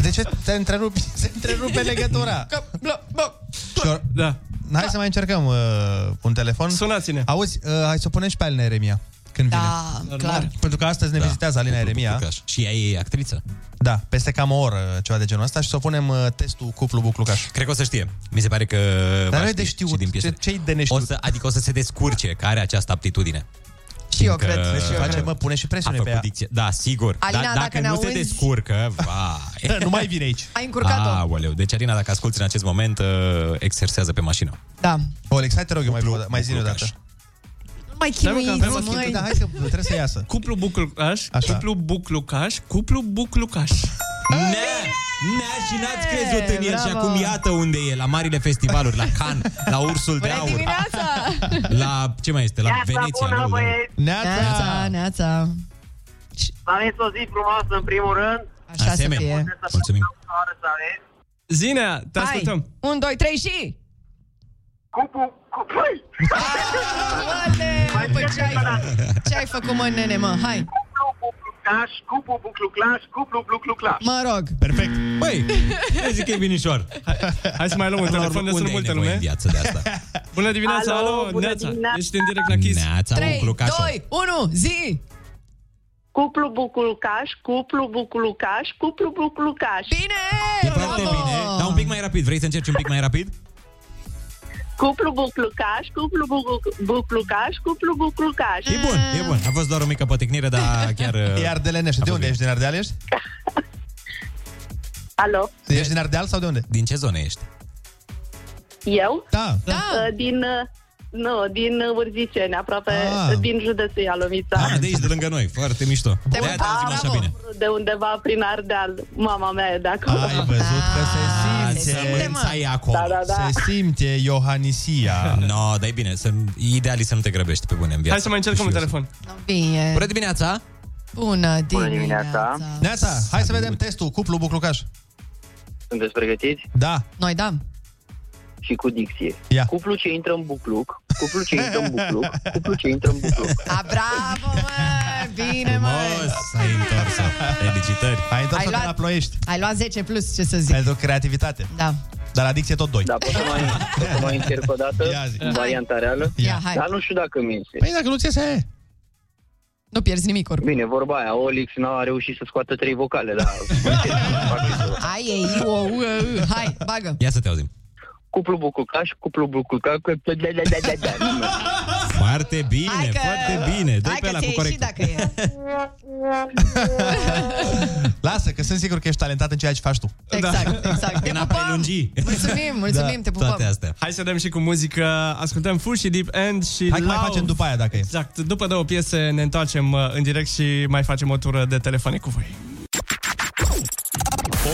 De ce te întrerupi? Se întrerupe legătura. Și-o- Da. Hai să mai încercăm uh, un telefon. Sunați-ne. Auzi, uh, hai să o punem și pe Alina Eremia. Când Da, vine. clar. Pentru că astăzi ne vizitează Alina Eremia. Da. Și ea e actriță. Da, peste cam o oră, ceva de genul ăsta și să o punem uh, testul cuplu buclucaș. Cred că o să știe. Mi se pare că Da. Dar va nu e de ști știut. și din piesă. Ce- ce-i de neștiut? O să, adică o să se descurce că are această aptitudine. Și eu Fiindcă cred, și eu Face, cred. mă, pune și presiune a pe făcut ea. Dicție. Da, sigur. Alina, Dar dacă dacă, ne nu se auzi- descurcă, vai. nu mai vine aici. Ai încurcat-o. Aoleu. Deci, Alina, dacă asculti în acest moment, uh, exersează pe mașină. Da. Olex, hai te rog eu mai, mai zi o dată. Nu mai Stai, mă, că avem chinuiți, o măi. schimbă, Da, hai că trebuie să iasă. Cuplu buclucaș, Așa. cuplu buclucaș, cuplu buclucaș. Ne! Ne și n-ați crezut în el și Bravo. acum iată unde e, la marile festivaluri, la Cannes, la Ursul de Bună Aur, dimineața! la ce mai este, la Neața, Veneția. bună, nu? Da. băieți! Neața, neața. Am zis o zi frumoasă, în primul rând. Așa să Asemenea. fie. Mulțumim. Zinea, te Hai. ascultăm. Un, doi, trei și... Cupu, cupui! Oale! Păi ce ai, ce ai făcut, mă, nene, mă? Hai! Claș, cupu, buclu, claș, cuplu, buclu, claș. Mă rog. Perfect. Băi, eu zic că e binișor. Hai să mai luăm un La urmă, telefon, ne sună unde multă e nevoie lume. în viață de asta? Bună dimineața, Alo, alo, bună Neața. dimineața. Ești în direct la Kiss. Neața, 3, 2, 1, zi! Cuplu buclucaș, cuplu buclucaș, cuplu buclucaș. Bine! Foarte bine, dar un pic mai rapid. Vrei să încerci un pic mai rapid? Cuplu buclucaș, cuplu buclu- buclucaș, cuplu buclucaș. E bun, e bun. A fost doar o mică potecnire, dar chiar... uh, E ardelenește. De unde ești? Din Ardeal ești? Alo, Ești din Ardeal sau de unde? Din ce zonă ești? eu? Da. da. Din, uh, nu, din uh, Urziceni, aproape Ah. din județul Ialomița. Ah, de aici, de lângă noi. Foarte mișto. De aia te auzim așa bine. De undeva prin Ardeal, mama mea e de acolo. Da, Ai văzut că Ah, se simte. Sămânța e acolo. Da, da, da. Se simte Iohanisia. No, dar e bine. Să, ideal e să nu te grăbești pe bune în viață. Hai să mai încercăm un telefon. Bine. Bună dimineața! Bună dimineața. dimineața! Neața, hai să vedem testul. Cuplu buclucaș. Sunteți pregătiți? Da. Noi da. Și cu dicție. Ia. Cuplu ce intră în bucluc, cuplu ce intră în bucluc, cuplu ce intră în bucluc. A, bravo, mă! Bine, mă! Frumos! Ai întors-o. Felicitări! Ai Ai întors-o de luat- la ploiești. Ai luat 10 plus, ce să zic. Pentru creativitate. Da. Dar la dicție tot doi. Da, pot să mai, pot să mai încerc o dată Ia zi. în varianta reală. Ia, hai. Dar nu știu dacă mi iese. Păi dacă nu ți iese, Nu pierzi nimic oricum. Bine, vorba aia, Olix n-a reușit să scoată trei vocale, dar uite, fac eu. Ai, ei, u, o, u, e, u. Hai, bagă. Ia să te auzim. cuplu bucucaș, cuplu bucucaș, cuplu... da, da, da, da, da. Foarte bine, Hai că- foarte bine. Dă Hai pe că ăla ți-ai cu ieșit corect. dacă e. Lasă, că sunt sigur că ești talentat în ceea ce faci tu. Exact, exact. Te În a pupăm! prelungi. Mulțumim, mulțumim, te pupăm. Da, Toate astea. Hai să dăm și cu muzică. Ascultăm Fushi Deep End și Hai că mai Love. facem după aia dacă e. Exact. După două piese ne întoarcem uh, în direct și mai facem o tură de telefoane cu voi.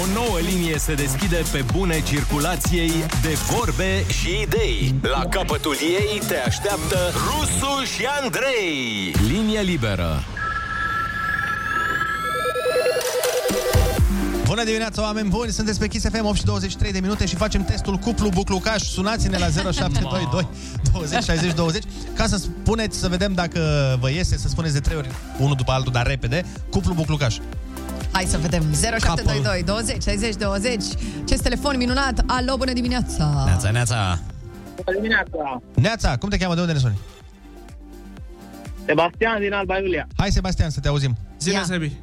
O nouă linie se deschide pe bune circulației de vorbe și idei. La capătul ei te așteaptă Rusu și Andrei. Linie liberă. Bună dimineața, oameni buni! Sunteți pe Kiss FM 8 și 23 de minute și facem testul cuplu buclucaș. Sunați-ne la 0722 20 60 20 ca să spuneți, să vedem dacă vă iese, să spuneți de trei ori unul după altul, dar repede, cuplu buclucaș. Hai să vedem. 0722 20 60 20. Ce telefon minunat. Alo, bună dimineața. Neața, neața. Bună dimineața! Neața, cum te cheamă? De unde ne suni? Sebastian din Alba Iulia. Hai, Sebastian, să te auzim. Zine, Sebi.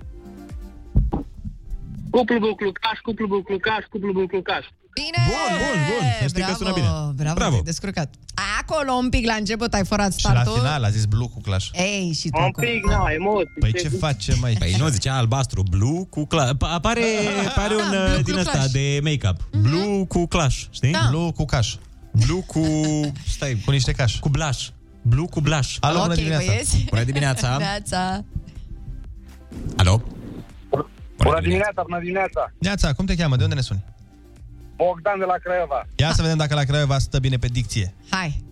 Cuplu buclucaș, cuplu buclucaș, cuplu buclucaș. Bine! Bun, bun, bun. Să știi că sună bine. Oh, Bravo, bravo. Bravo. te-ai descurcat. Acolo un pic la început ai furat Și la startul. final a zis buclucaș. Ei, și tu Un acolo. pic, nu, emoții. Păi ce facem mai? Păi nu, zicea albastru, blue cu clash. Apare, apare Da, un blue uh, cu din ăsta clash. de make-up. Blue cu clash, știi? Da. Blue cu caș. Blue cu... Stai, Cu niște caș. cu blash. Blu cu Blaș. Alo, bună Ok, dimineața. băieți. Bună dimineața. Neața. Alo? Bună dimineața, bună dimineața. Neața, cum te cheamă? De unde ne suni? Bogdan de la Craiova. Ia să vedem dacă la Craiova stă bine pe dicție. Hai.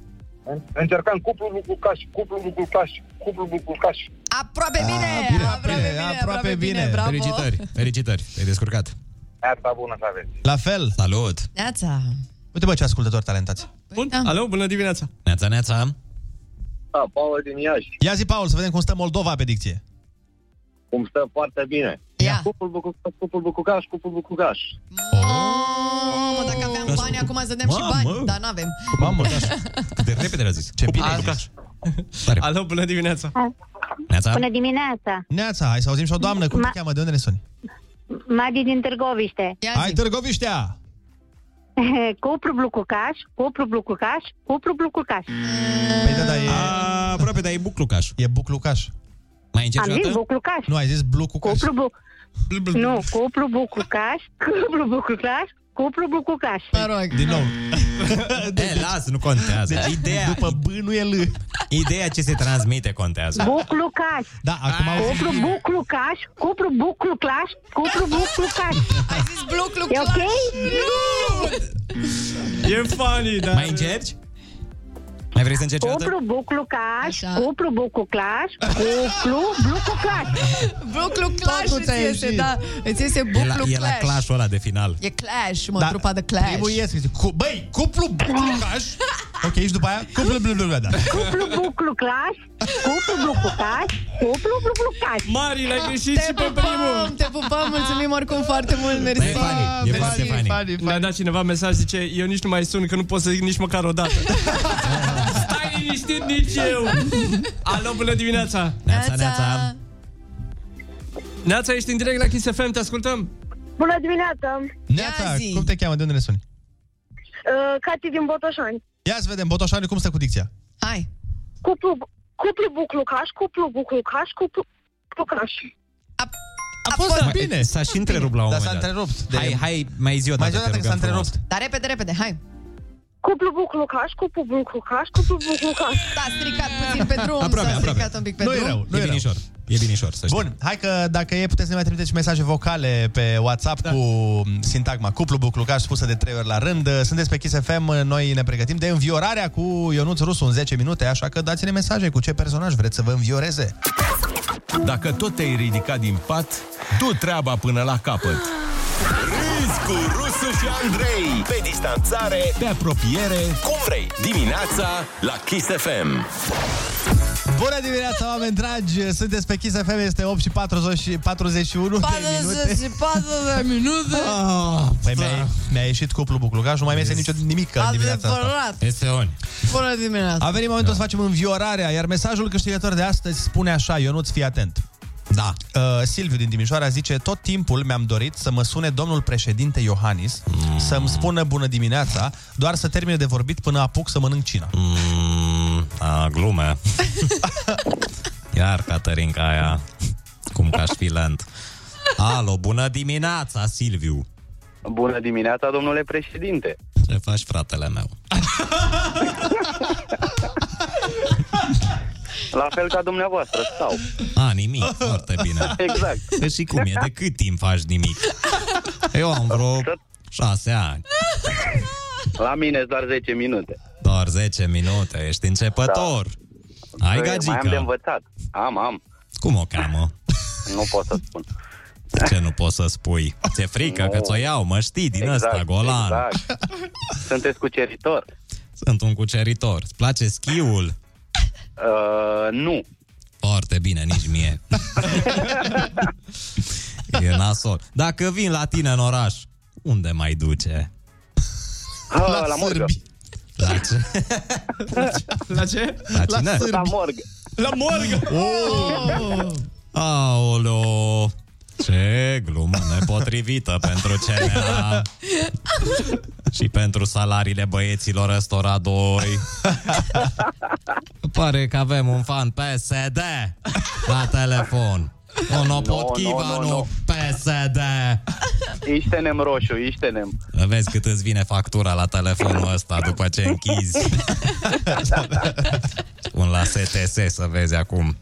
În- Încercam cuplu Glucaș, cuplu Glucaș, cuplu Glucaș. Ah. Aproape bine! aproape bine, aproape, bine, bravo! Felicitări, felicitări. Te-ai descurcat. Neața bună să aveți. La fel. Salut. Neața. Uite bă ce ascultători talentați. Bun. Da. Alo, bună dimineața. Neața, neața. Da, Paul din Iași. Ia zi, Paul, să vedem cum stă Moldova pe dicție. Cum stă foarte bine. Ia. Cupul Bucucaș, cupul Bucucaș, cupul Bucucaș. Mamă, dacă aveam bani, acum să dăm și bani, dar n-avem. Mamă, da. de repede l-a zis. Ce bine ai zis. Alo, bună dimineața. Neața. Bună dimineața! Neața, hai să auzim și o doamnă. Cum te Ma- cheamă? De unde ne suni? Madi din Târgoviște. Hai, Târgoviștea! Cupru Blucucaș, Cupru Blucucaș, Cupru Blucucaș. Păi da, da, e... aproape, dar e Buclucaș. E Buclucaș. Mai Am zis Buclucaș. Nu, ai zis Blucucaș. Cupru Bu... Nu, Cupru Bucucaș, Cupru Blucucaș, Cupru Blucucaș. Mă rog. Din nou. E, lasă, nu contează. Deci, ideea, după B nu e L. Ideea ce se transmite contează. Buclucaș. Da, acum auzi. Cupru Buclucaș, Cupru Buclucaș, Cupru Buclucaș. Ai zis Bluclucaș. E É ok? Nu! E funny, da. Mai încerci? Mai vrei să încerci o dată? Cupru Buclucaș, Cupru Buclucaș, Cupru Blucucaș. Buclu Clash Totul îți ți-a iese, ieșit. da. Îți iese E la, Buclu e la Clash. clash-ul ăla de final. E Clash, mă, trupa de Clash. Ah. Primul ies, că zic, cu, băi, cuplu Buclucaș. ok, și după aia, cuplu blu, blu, blu, da. Cuplu Buclucaș, Cupru Blucucaș, Cupru Blucucaș. Mari, l-ai greșit Te și pe pupăm, primul. Te pupăm, mulțumim oricum foarte mult, mersi. E foarte funny. Mi-a dat cineva mesaj, zice, eu nici nu mai sun, că nu pot să zic nici măcar o dată. Stai liniștit nici eu. Alo, bună dimineața. Neața, neața. Neața, ești în direct la Kiss FM, te ascultăm. Bună dimineața! Neața, cum te cheamă? De unde ne suni? Uh, Cati din Botoșani. Ia să vedem, Botoșani, cum stă cu dicția? Hai! Cuplu, cuplu Buclucaș, cuplu Buclucaș, cuplu Buclucaș. A Mai- S-a și întrerupt la un Dar s-a moment dat. întrerupt. Hai, hai, mai zi o dată. Mai zi o dată te că s-a rugăm frumos. Dar repede, repede, hai. Cuplu Buclucaș, cuplu Buclucaș, cuplu Buclucaș. Da, a stricat puțin pe drum, Aproape, s-a stricat aproape. un pic pe Nu drum. rău, nu e e rău. binișor. E binișor, să știi. Bun, hai că dacă e, puteți să ne mai trimiteți și mesaje vocale pe WhatsApp da. cu sintagma cuplu buclucaș spusă de trei ori la rând. Sunteți pe Kiss FM, noi ne pregătim de înviorarea cu Ionuț Rusu în 10 minute, așa că dați-ne mesaje cu ce personaj vreți să vă învioreze. Dacă tot te-ai ridicat din pat, du treaba până la capăt. Râzi cu Rusu și Andrei Pe distanțare, pe apropiere Cum vrei, dimineața la Kiss FM Bună dimineața, oameni dragi! Sunteți pe Kiss FM, este 8 și 40, 41 de minute. 44 de minute. Ah, Păi mi-a, mi-a ieșit cuplu buclucaș, nu mai mi iese nicio nimic în dimineața asta. Adevărat. Este on. Bună dimineața. A venit momentul să facem înviorarea, iar mesajul câștigător de astăzi spune așa, Ionuț, fii atent. Da. Uh, Silviu din Timișoara zice Tot timpul mi-am dorit să mă sune domnul președinte Iohannis mm. Să-mi spună bună dimineața Doar să termine de vorbit până apuc să mănânc cina Mm, a, glume. Iar Caterinca aia, cum ca șfilant. Alo, bună dimineața, Silviu. Bună dimineața, domnule președinte. Ce faci, fratele meu? La fel ca dumneavoastră, stau. A, nimic, foarte bine. Exact. Că și cum e, de cât timp faci nimic? Eu am vreo șase ani, La mine doar 10 minute. doar 10 minute, ești începător. Da. Ai Păi, Mai am de gagică. învățat. Am, am. Cum o cheamă? Nu pot să spun. Ce nu poți să spui? Ți-e frică Nu. că ți-o iau, mă știi, din Exact, exact, ăsta, golan. exact. Sunteți cuceritor? Sunt un cuceritor. Îți place schiul? Uh, nu. Foarte bine, nici mie. e nasol. Dacă vin la tine în oraș, unde mai duce? Ha, Ah, la, la morgă. La ce? La ce? La cine? La morgă. La morgă. Oh! Aoleo! Ce glumă nepotrivită pentru CNA și pentru salariile băieților ăstora doi. Pare că avem un fan PSD la telefon. Un No, opotchiva, no, no, no, no, no. PSD. Iștenem roșu, iștenem. Vezi cât îți vine factura la telefonul ăsta după ce închizi. Un la STS să vezi acum.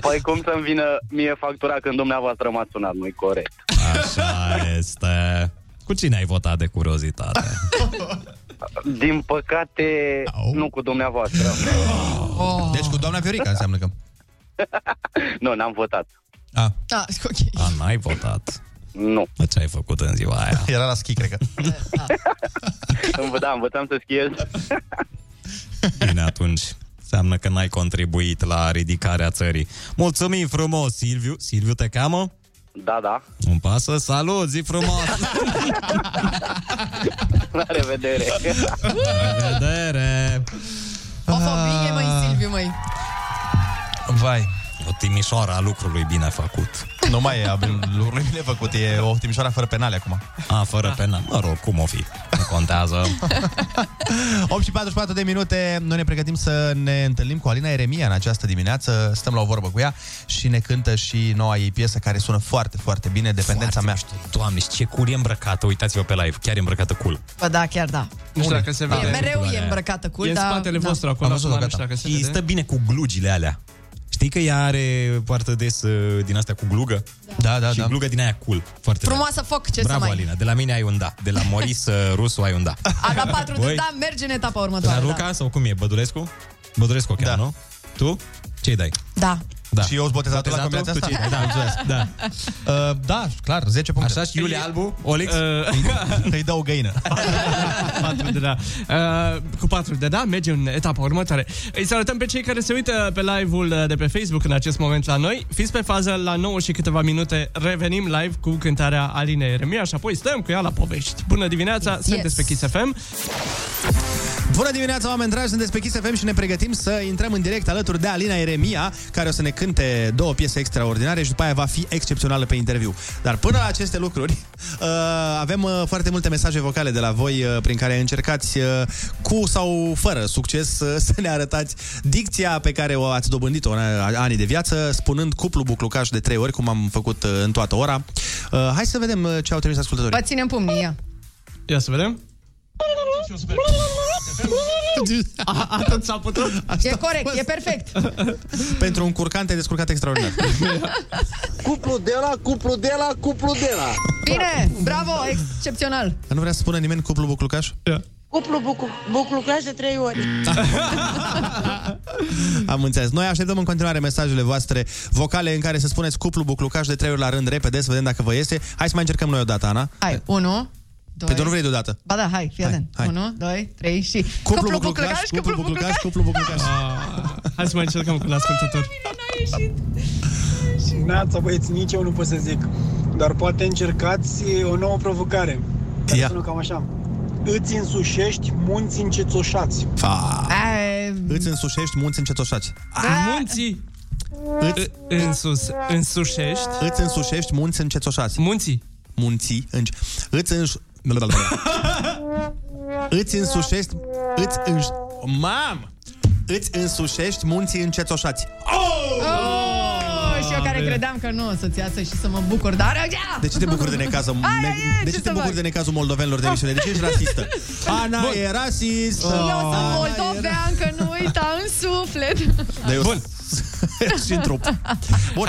Păi cum să-mi vină mie factura când dumneavoastră m-ați sunat, nu-i corect. Așa este. Cu cine ai votat de curiozitate? Mm. Din păcate, Au. nu cu dumneavoastră. Oh. Deci cu doamna Viorica înseamnă că... nu, n-am votat. Da, ok. A, n-ai votat. Nu. Ce ai făcut în ziua aia? Era la schi, cred că. Învă- Da, învățam să schiez. Bine atunci. Înseamnă că n-ai contribuit la ridicarea țării. Mulțumim frumos, Silviu. Silviu te cheamă? Da, da. Un pasă. Salut, zi frumos. La revedere. La revedere. O familie, măi, Silviu, măi. Vai. O timișoara a lucrului bine făcut. Nu mai e a lucrului bine făcut, e o Timișoara fără penale acum. A, fără penal. Mă rog, cum o fi. Nu contează. 8 și 44 de minute, noi ne pregătim să ne întâlnim cu Alina Eremia în această dimineață, stăm la o vorbă cu ea și ne cântă și noua ei piesă care sună foarte, foarte bine, Dependența mea. Doamne, și ce cool e îmbrăcată, uitați-vă pe live, chiar e îmbrăcată cool. Bă, da, chiar da. Nu știu dacă se vede. E, mereu e Culoarea. îmbrăcată cu, dar... da. Am văzut-o, gata. Și stă bine cu glugile alea. Știi că ea are foarte des uh, din astea cu glugă? Da, da, și da. glugă din aia cool. Foarte Frumoasă foc, ce Bravo, să mai... Alina, de la mine ai un da. De la Moris uh, Rusu ai un da. A dat patru de Voi? da, merge în etapa La următoare. Luca Da. sau cum e? Bădulescu? Bădulescu chiar, da. nu? Tu? Ce-i dai? da. Da. Și eu sunt botezatul la Botezatul? combinația asta? Tu ce-i dai? Da, mulțumesc. Da. Uh, da, clar, 10 puncte. Așa și Iulia Albu, Olix? Îi- Îi dau o găină. Uh, patru de da. Uh, cu patru de da, mergem în etapa următoare. Îi salutăm pe cei care se uită pe live-ul uh, de pe Facebook în acest moment la noi. Fiți pe fază la 9 și câteva minute. Revenim live cu cântarea Alinei Eremia și apoi stăm cu ea la povești. Bună dimineața, yes. sunteți pe Kiss FM. Bună dimineața, oameni dragi! Sunteți pe Kiss FM și ne pregătim să intrăm în direct alături de Alina Eremia, care o să ne cânte două piese extraordinare și după aia va fi excepțională pe interviu. Dar până la aceste lucruri, uh, avem uh, foarte multe mesaje vocale de la voi uh, prin care încercați, uh, cu sau fără succes, uh, să ne arătați dicția pe care o ați dobândit-o în uh, anii de viață, spunând cuplu buclucaș de trei ori, cum am făcut uh, în toată ora. Uh, Hai să vedem uh, ce au trimis ascultătorii. Vă ținem pumnii, ia. Ia să vedem. A, atât s-a putut? E corect, e perfect. Pentru un curcan te-ai descurcat extraordinar. Cuplu de la, cuplu de la, cuplu de la. Bine, bravo, excepțional. Nu vrea să spună nimeni cuplu buclucaș? Da. Yeah. Cuplu bucu, buclucaj de trei ori. Am înțeles. Noi așteptăm în continuare mesajele voastre vocale în care să spuneți cuplu buclucaș de trei ori la rând repede, să vedem dacă vă este. Hai să mai încercăm noi o dată, Ana. Hai, unu, Pe tu nu doi... vrei deodată. Ba da, hai, fii atent. hai. Unu, doi, trei și... buclucaș, cuplu buclucaș. Hai să mai încercăm cu ascultător. Neața, băieți, nici eu nu pot să zic. Dar poate încercați o nouă provocare. Care sună cam așa. Îți însușești munți încețoșați. Fa. Îți însușești munți încetoșați. Munții. Îți însus, însușești. Îți însușești munți încetoșați. Munții. Munții. Înci. Îți înș... Îți însușești... Îți înș... Mam! Îți însușești munții încetoșați. Oh! Oh, și eu care credeam că nu o să-ți iasă și să mă bucur, dar... uh, De ce te bucuri de necazul, ne, de ce ce te să bucuri fac? de necazul moldovenilor de emisiune? De ce ești rasistă? Ana Bun. e rasist. Și eu sunt moldovean, că nu uita în suflet. Bun. și în trup. Bun.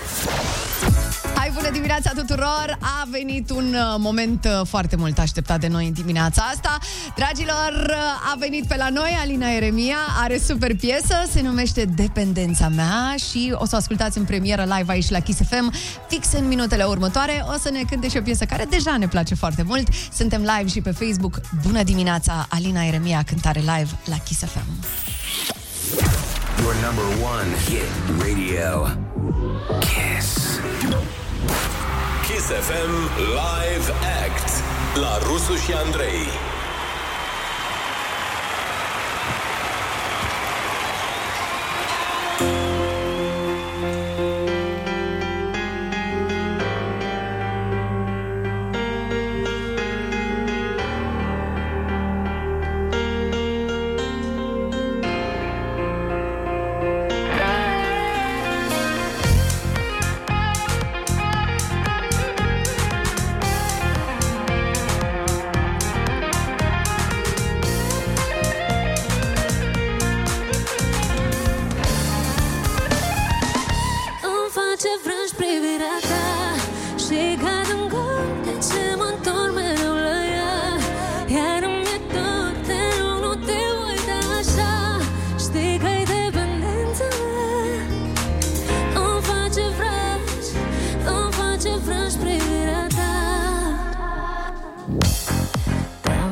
Hai, bună dimineața tuturor! A venit un uh, moment uh, foarte mult așteptat de noi în dimineața asta. Dragilor, uh, a venit pe la noi Alina Eremia, are super piesă, se numește Dependența mea și o să o ascultați în premieră live aici la Kiss FM. Fix în minutele următoare o să ne cânte și o piesă care deja ne place foarte mult. Suntem live și pe Facebook. Bună dimineața, Alina Eremia, cântare live la Kiss FM. Your number one hit radio. Kiss. Kiss FM Live Act la Rusu și Andrei.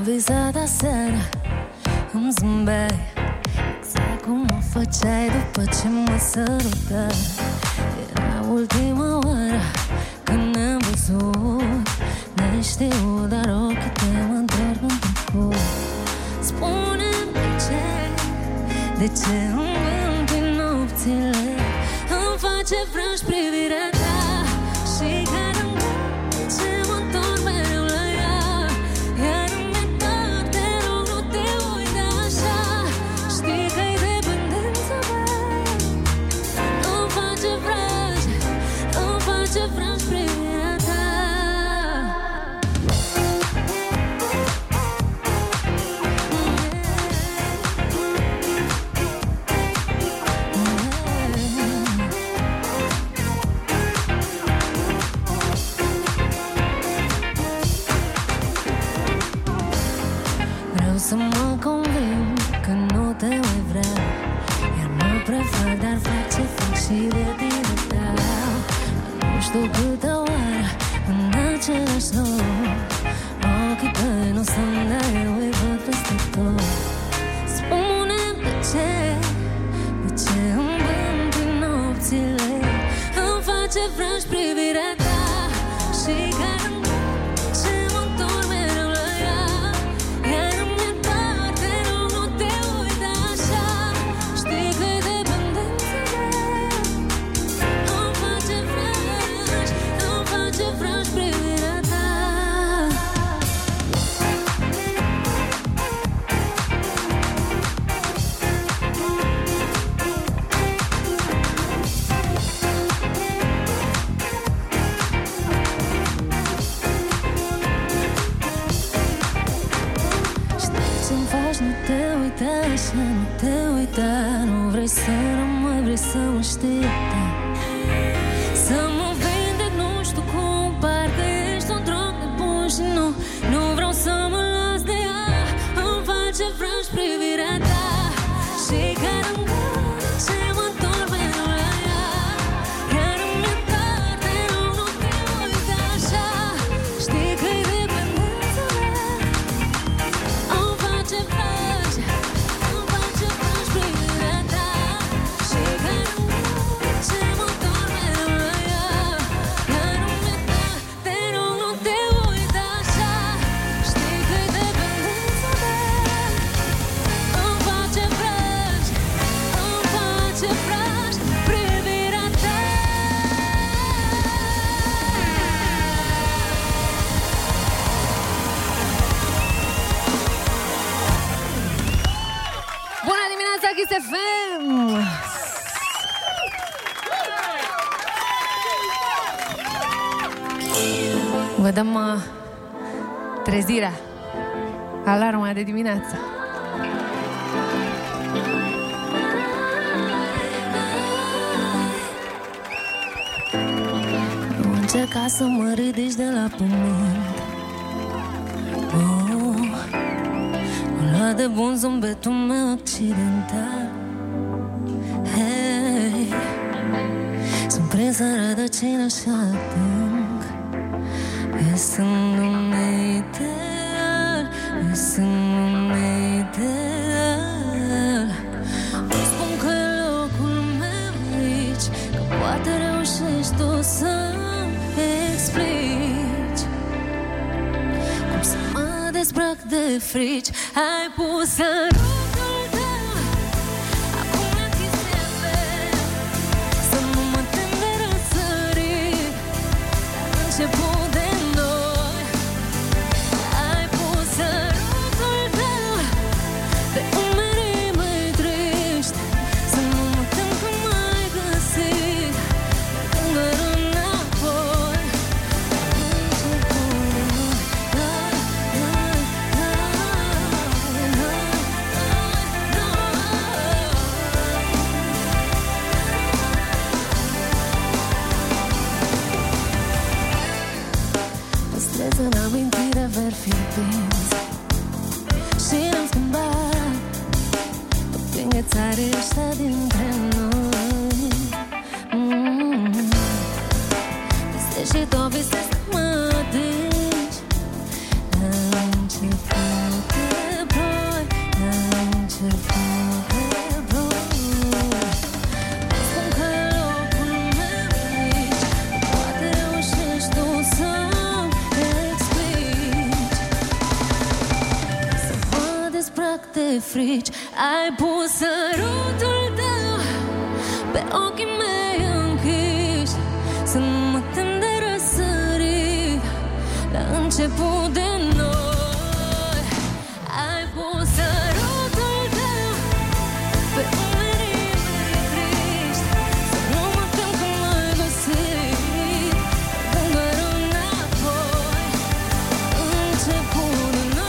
visat aseară Îmi zâmbeai Exact cum o făceai după ce mă sărutai Era ultima oară când ne-am văzut Ne știu, dar ochii te mă întorc în trecut Spune-mi de ce De ce îmi întind nopțile Îmi face vrăj privirea ta Și care îmi dă ce mă întorc mereu la ea Iar îmi e dor, te rog, nu te uita așa Știi că-i dependența mea Îmi face vrăj Îmi face vrăj privirea ta Vreau să mă conving că nu te mai vreau Iar mă prefac, dar fac ce fac și de tine dau Nu știu câte oară în același loc Ochii tăi nu sunt de eu, îi văd peste tot Spune-mi de ce, de ce îmi vând din nopțile Îmi face vrăj privirea ta și care îmi dă ce mă întorc mereu la ea iar îmi e dor, te rog, nu te uita așa Știi că-i dependența mea Îmi face vrăj, îmi face vrăj privirea ta Știi ce-mi faci, nu te uita așa, nu te uita Nu vrei să rămâi, vrei să mă știi da. Să mă vindec, nu știu cum, parcă ești un drog de bun și nu Nu vreau să mă las de ea, îmi face vrăj privirea ta Și care îmi dă ce mă întorc mereu la ea Iar îmi e dor, te rog, nu te uita așa Știi că-i dependența mea îmi face vrăj, îmi face vrăj privirea ta Și că nu ce mă întorc mereu la ea Dar nu-mi e dor, te rog, nu te uita așa Știi că dependența mea Îmi face vrăj, îmi face vrăj privirea ta Bună dimineața, Kiss FM! Vă dăm uh, trezirea, alarma de dimineață. Nu încerca să mă ridici de la pământ oh, Mă lua de bun zâmbetul meu accidental hey, Sunt prinsă rădăcină și adânc Este un ideal Este un ideal nu spun că e locul meu aici Că poate reușești tu să explici Cum să mă dezbrac de frici Ai pus în rocul tău Acum închisele Să nu mă tem de răsărit Dar început de noi Ai pus în rocul tău pe umerii mai triști Să nu mă tem că m-ai găsit Tânăr înapoi Început de noi. Da, da, da, da, da, da, da. Păstrez în amintire ver fi prins Și l-am schimbat Fingățarii ăștia dintre noi mm. Vise și tu visezi că mă atingi Am început te frici Ai pus sărutul tău Pe ochii mei închiși Să nu mă tem de răsărit La început de noi Ai pus sărutul tău Pe umerii mei triști Să nu mă tem că m-ai găsit Lângă înapoi Început de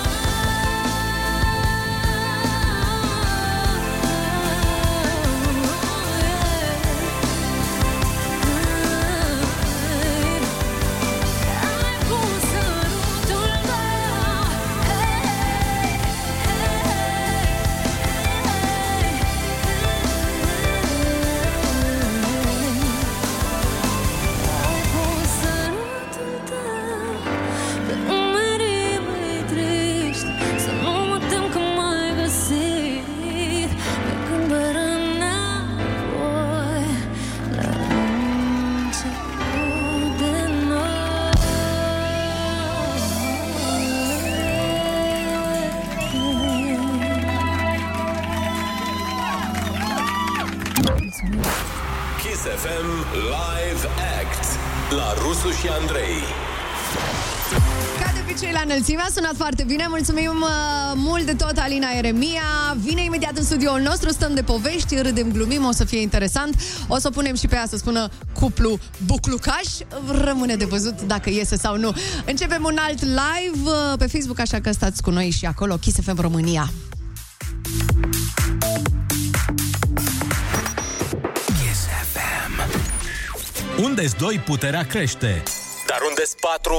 Pe umerii mei triști Să nu mă tem că m-ai găsit Pe când doar înapoi La început de noi Mulțumesc! Kiss FM Live Act la Rusu și Andrei. Ca de obicei la înălțime, a sunat foarte bine. Mulțumim uh, mult de tot, Alina Eremia. Vine imediat în studioul nostru, stăm de povești, râdem, glumim, o să fie interesant. O să o punem și pe ea să spună cuplu buclucaș. Rămâne de văzut dacă iese sau nu. Începem un alt live uh, pe Facebook, așa că stați cu noi și acolo. Kiss FM România. Kiss FM. Unde doi puterea crește? Dar unde sunt patru?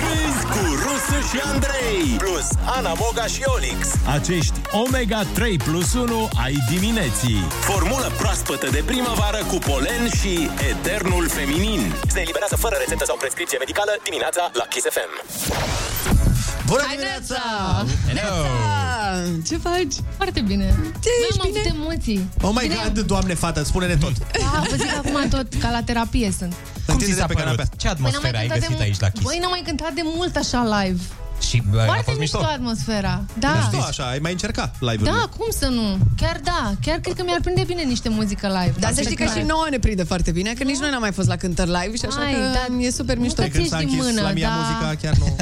Râzi cu Rusu și Andrei Plus Ana Moga și Olix Acești Omega 3 plus 1 ai dimineții. Formulă proaspătă de primăvară cu polen și eternul feminin Se eliberează fără rețetă sau prescripție medicală dimineața la Kiss FM Bună Hai, dimineața! Hello! Ce faci? Foarte bine. Ce ești am bine? avut emoții. Oh my god, doamne fată, spune-ne tot. A, vă zic acum tot, ca la terapie sunt. Cum ți s-a părut? Ce Băi, Păi n-am mai atmosferă ai cântat de găsit mult- aici la Kiss? Băi, n-am mai cântat de mult așa live. Și bă, a Foarte fost mișto. atmosfera. Da. Mișto, așa, ai mai încercat live-urile. Da, cum să nu? Chiar da, chiar cred că mi-ar prinde bine niște muzică live. Dar Da, să știi că și nouă ne prinde foarte bine, că nici noi n-am mai fost la cântări live și așa Hai, că e super mișto. că ți-ești s-a închis la da. mia muzica, chiar nu...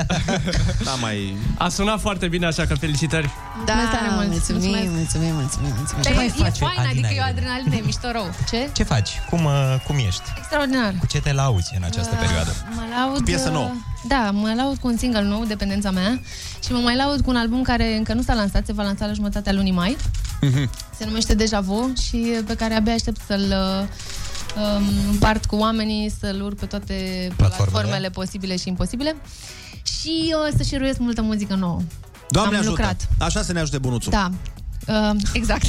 Da, mai... A sunat foarte bine, așa că felicitări. Da, Mulțumesc tare mult. mulțumim, Mulțumesc. mulțumim, mulțumim, mulțumim. Dar mai e, e face fain, Adina adică e o Elena? adrenalină, e mișto rău. Ce? Ce faci? Cum, uh, cum ești? Extraordinar. Uh, Cu ce te lauzi în această perioadă? Mă laud... Piesă nouă. Da, mă laud cu un single nou, Dependența mea, și mă mai laud cu un album care încă nu s-a lansat, se va lansa la jumătatea lunii mai. Se numește Deja Vu și pe care abia aștept să-l uh, um, împart cu oamenii, să-l urc pe toate Platformele. platformele, posibile și imposibile. Și uh, să șeruiesc multă muzică nouă. Doamne Am ajută! lucrat. Așa să ne ajute bunuțul. Da. Uh, exact.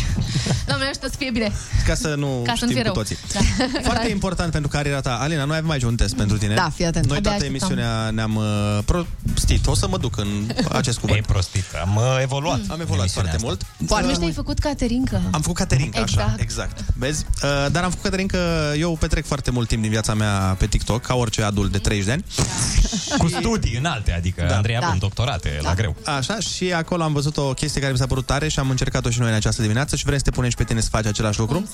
Doamne, ajută să fie bine. Ca să nu Ca să știm nu fie cu rău. toții. Da. Foarte important pentru cariera ta. Alina, noi avem aici un test pentru tine. Da, fii atent. Noi Abia toată așteptam. emisiunea ne-am uh, prostit. O să mă duc în acest cuvânt. E prostit. Am uh, evoluat. Am evoluat foarte mult. Nu știu, ai făcut Caterinca. Am făcut Caterinca, așa, Exact. exact. Vezi? Uh, dar am făcut Caterinca, eu petrec foarte mult timp din viața mea pe TikTok, ca orice adult de 30 de ani. Cu studii înalte, adică da. Andrei avem da. doctorate da. la greu. Așa, și acolo am văzut o chestie care mi s-a părut tare și am încercat-o și noi în această dimineață și vrem să te punem și pe tine să faci același lucru.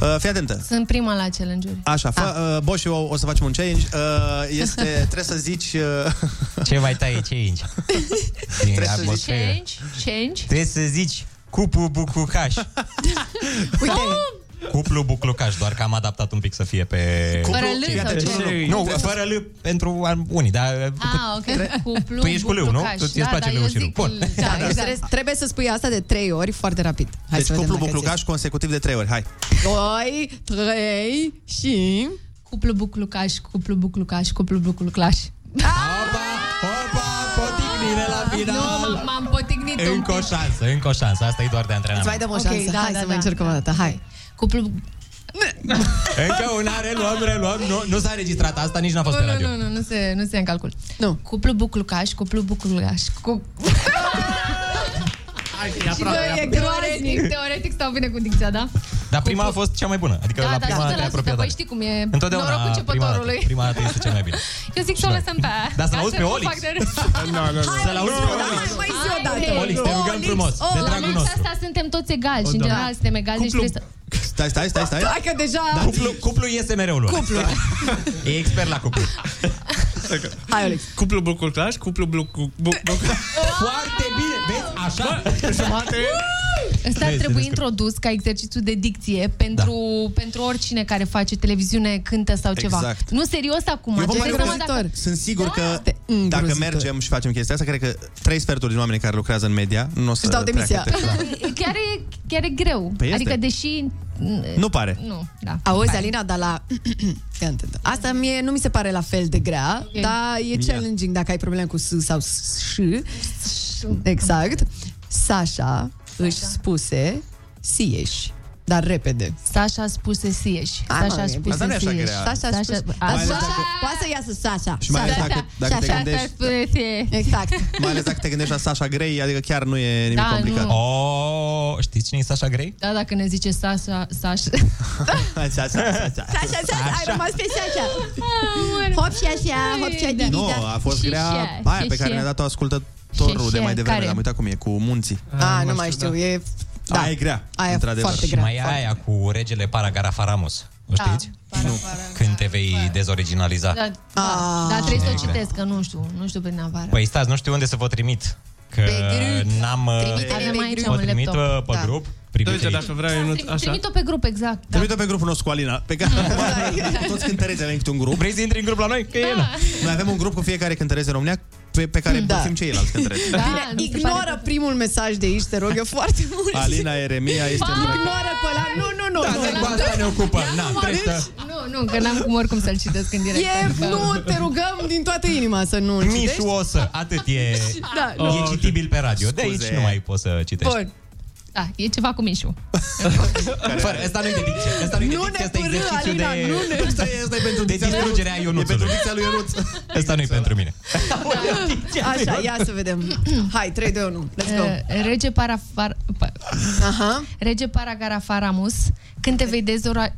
Uh, fii atentă. Sunt prima la challenge-uri. Așa, fă, Ah. uh, Bo și eu o să facem un challenge. Uh, este, trebuie să zici... Uh, ce mai tai, ce inci? trebuie să zici... atmosferă. Change, change. Trebuie să zici cupu bucucaș. Uite, Cuplu buclucaș, doar că am adaptat un pic să fie pe... Cuplu- Fără L sau Fii atent, ce? nu, Nu, nu, fără L pentru an- unii, dar... Ah, ok. Cuplu, Tu ești cu leu, nu? buclucaș. Tu îți Da, place da, leu eu și leu. zic Bun. Da, da, exact. Trebuie să spui asta de trei ori foarte rapid. Hai Deci să vedem cuplu dacă ți buclucaș consecutiv de trei ori. Hai. Doi, trei și... Cuplu buclucaș, cuplu buclucaș, cuplu buclucaș. Poticnire la Nu, m- m-am potignit un Încă o pic. șansă, încă o șansă. Asta e doar de Îți antrenament. mai dăm o Ok, șansă. da, Hai da, să da. mai încercăm o dată. Hai. Cuplu... Încă una, reluăm, reluăm. Nu, nu s-a înregistrat asta, nici n-a fost pe Nu, radio. nu, nu, nu se, nu se ia în calcul. Nu. Cuplu buclucaș, cuplu buclucaș, cu... Hai, Și noi e groaznic, teoretic stau bine cu dicția, da? Dar prima a fost cea mai bună. Adică Da, la da, prima te-ai 100%, apropiat. păi știi cum e Întotdeauna norocul prima dată, începătorului. prima dată este cea mai bine. Eu zic să o lăsăm pe aia. Dar să-l Ca auzi pe nu Olix. fac de râs. Să-l auzi pe Olix. Mai zi o Haide! dată. Olix, te rugăm frumos, de Olix, dragul la nostru. asta suntem toți egali O, și în da. general suntem egali, deci trebuie să... Stai, stai, stai, stai. Hai că deja- Cuplu, cuplu iese mereu lui. Cuplu. E expert la cuplu. Hai, Alex. Cuplu bucurcaș, cuplu bucurcaș. Foarte bine, vezi? Așa. Jumate. Ăsta ar Vezi, trebui descurc. introdus ca exercițiu de dicție pentru, Da. pentru oricine care face televiziune, cântă sau ceva. Exact. Nu, serios acum. adică Eu vă ce mai seama cred- dacă- Sunt sigur Da, că este dacă îngrozitor. mergem și facem chestia asta, cred că trei sferturi din oamenii care lucrează în media nu o să Își dau treacă demisia. testul. chiar, e, chiar e greu. Păi este. adică, deși... Nu pare. Nu, da. Auzi, Pare. Alina, dar la... Fii atent. Asta mie nu mi se pare la fel de grea, dar e challenging dacă ai probleme cu S sau S. Exact. Sasha își spuse Sieși, dar repede. Sasha spuse Sieși. Hai, Sasha mă, spuse Asta nu e așa Sieși. grea. Sasha a spus... Sasha- Dar Mai ales Sasha- Poate să iasă Sasha. Și mai ales dacă- dacă te gândești- spune Sieși. Exact. Mai ales dacă te gândești la Sasha Grey, adică chiar nu e nimic Da, nu. complicat. O, Oh, știți cine e Sasha Grey? Da, dacă ne zice Sasha... Sasha... Sasha, Sasha. Sasha, Sasha, ai rămas pe Sasha. Ah, Hop și așa, hop și așa. Nu, a fost grea aia pe care ne-a dat-o ascultătorul Și de mai și, devreme, care? dar am uitat cum e, cu munții. A, Ah, nu mai știu, e... Da. Aia e grea, Aia e într-adevăr. foarte Și grea. mai e aia cu regele Paragarafaramus. O știți? nu. Când te vei dezoriginaliza. Da, Ah. da, dar trebuie să o Negre. citesc, că nu știu, nu știu prin avară. Păi stați, nu știu unde să vă trimit. Că n-am... uh, Trimite-ne Avem pe aici grup. Vă un trimit uh, laptop. pe Da. grup. Primiți aici. Dacă vreau eu nu... Așa. Trimit-o pe grup, exact. Da. Trimite pe grupul nostru cu Alina, pe care toți cântăreții avem câte un grup. Vrei să intri în grup la noi? Că e Da. Noi avem un grup cu fiecare cântăreț în România pe, pe care Da. da. băfim ceilalți cântăreți. Da, Da. Bine, ignoră primul mesaj de aici, te rog eu foarte mult. Da, Alina Eremia este... Da, Ignoră pe ăla, nu, nu, nu. nu. Da. Cu asta ne ocupăm. Na, trebuie să... deci- Nu, nu, că n-am cum oricum să-l citesc în direct. E, nu, te rugăm din toată inima să nu Mișu o să, atât e, Da, nu. e citibil pe radio. De aici Scuze. nu mai poți să Deci- citești. Bun. Da, e ceva cu Mișu. Fără, asta nu-i de dicție. Asta nu-i de Nu ne dicție, asta e pârâ, exercițiu Alina, de... nu ne- Asta e, asta e pentru de distrugerea Ionuțului. E pentru dicția lui Ionuț. Asta nu-i pentru mine. Da. Așa, ia să vedem. Hai, 3, 2, 1, let's go. Uh, Rege Parafar... pa- Aha. Rege Paragarafaramus, când te vei dezora...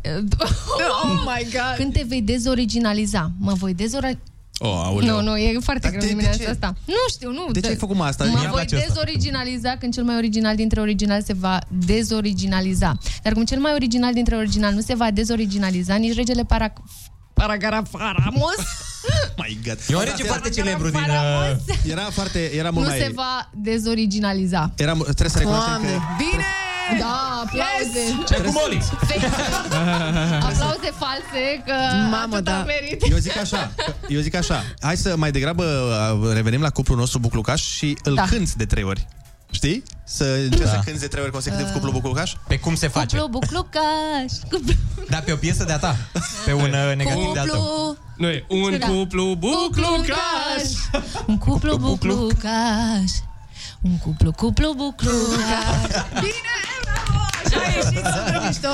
Oh my God. Când te vei dezoriginaliza, mă voi dezora... Oh, aoleu. Nu, nu, e foarte Dar greu de- de dimineața ce? asta. Nu știu, nu. De ce ai făcut mă asta? Mă Ia-mi voi place asta. dezoriginaliza când cel mai original dintre original se va dezoriginaliza. Dar cum cel mai original dintre original nu se va dezoriginaliza, nici regele para... Paragarafaramus Oh My God. E un rege foarte celebru din... uh, Era foarte, era nu mult se mai... va dezoriginaliza. Era, mu- trebuie să recunoaștem că... Doamne, bine! Da, aplauze. Ce cu Molix? Aplauze false că Mamă, Mamă, atât da. da. am merit. Eu zic așa, eu zic așa, hai să mai degrabă uh, revenim la cuplul nostru Buclucaș și îl Da. da. cânti de trei ori. Știi? Să încerci da. să cânti de trei ori consecutiv uh. cuplul Buclucaș? Pe cum se face? Cuplu, buclucaș, cuplu, Dar Da, pe o piesă de-a ta. Pe un uh, negativ de-a tău. cuplu, Nu e un Da. cuplu buclucaș. buclucaș, un cuplu, buclucaș, un cuplu, cuplu, buclucaș. Bine, bravo! Așa a ieșit, super mișto.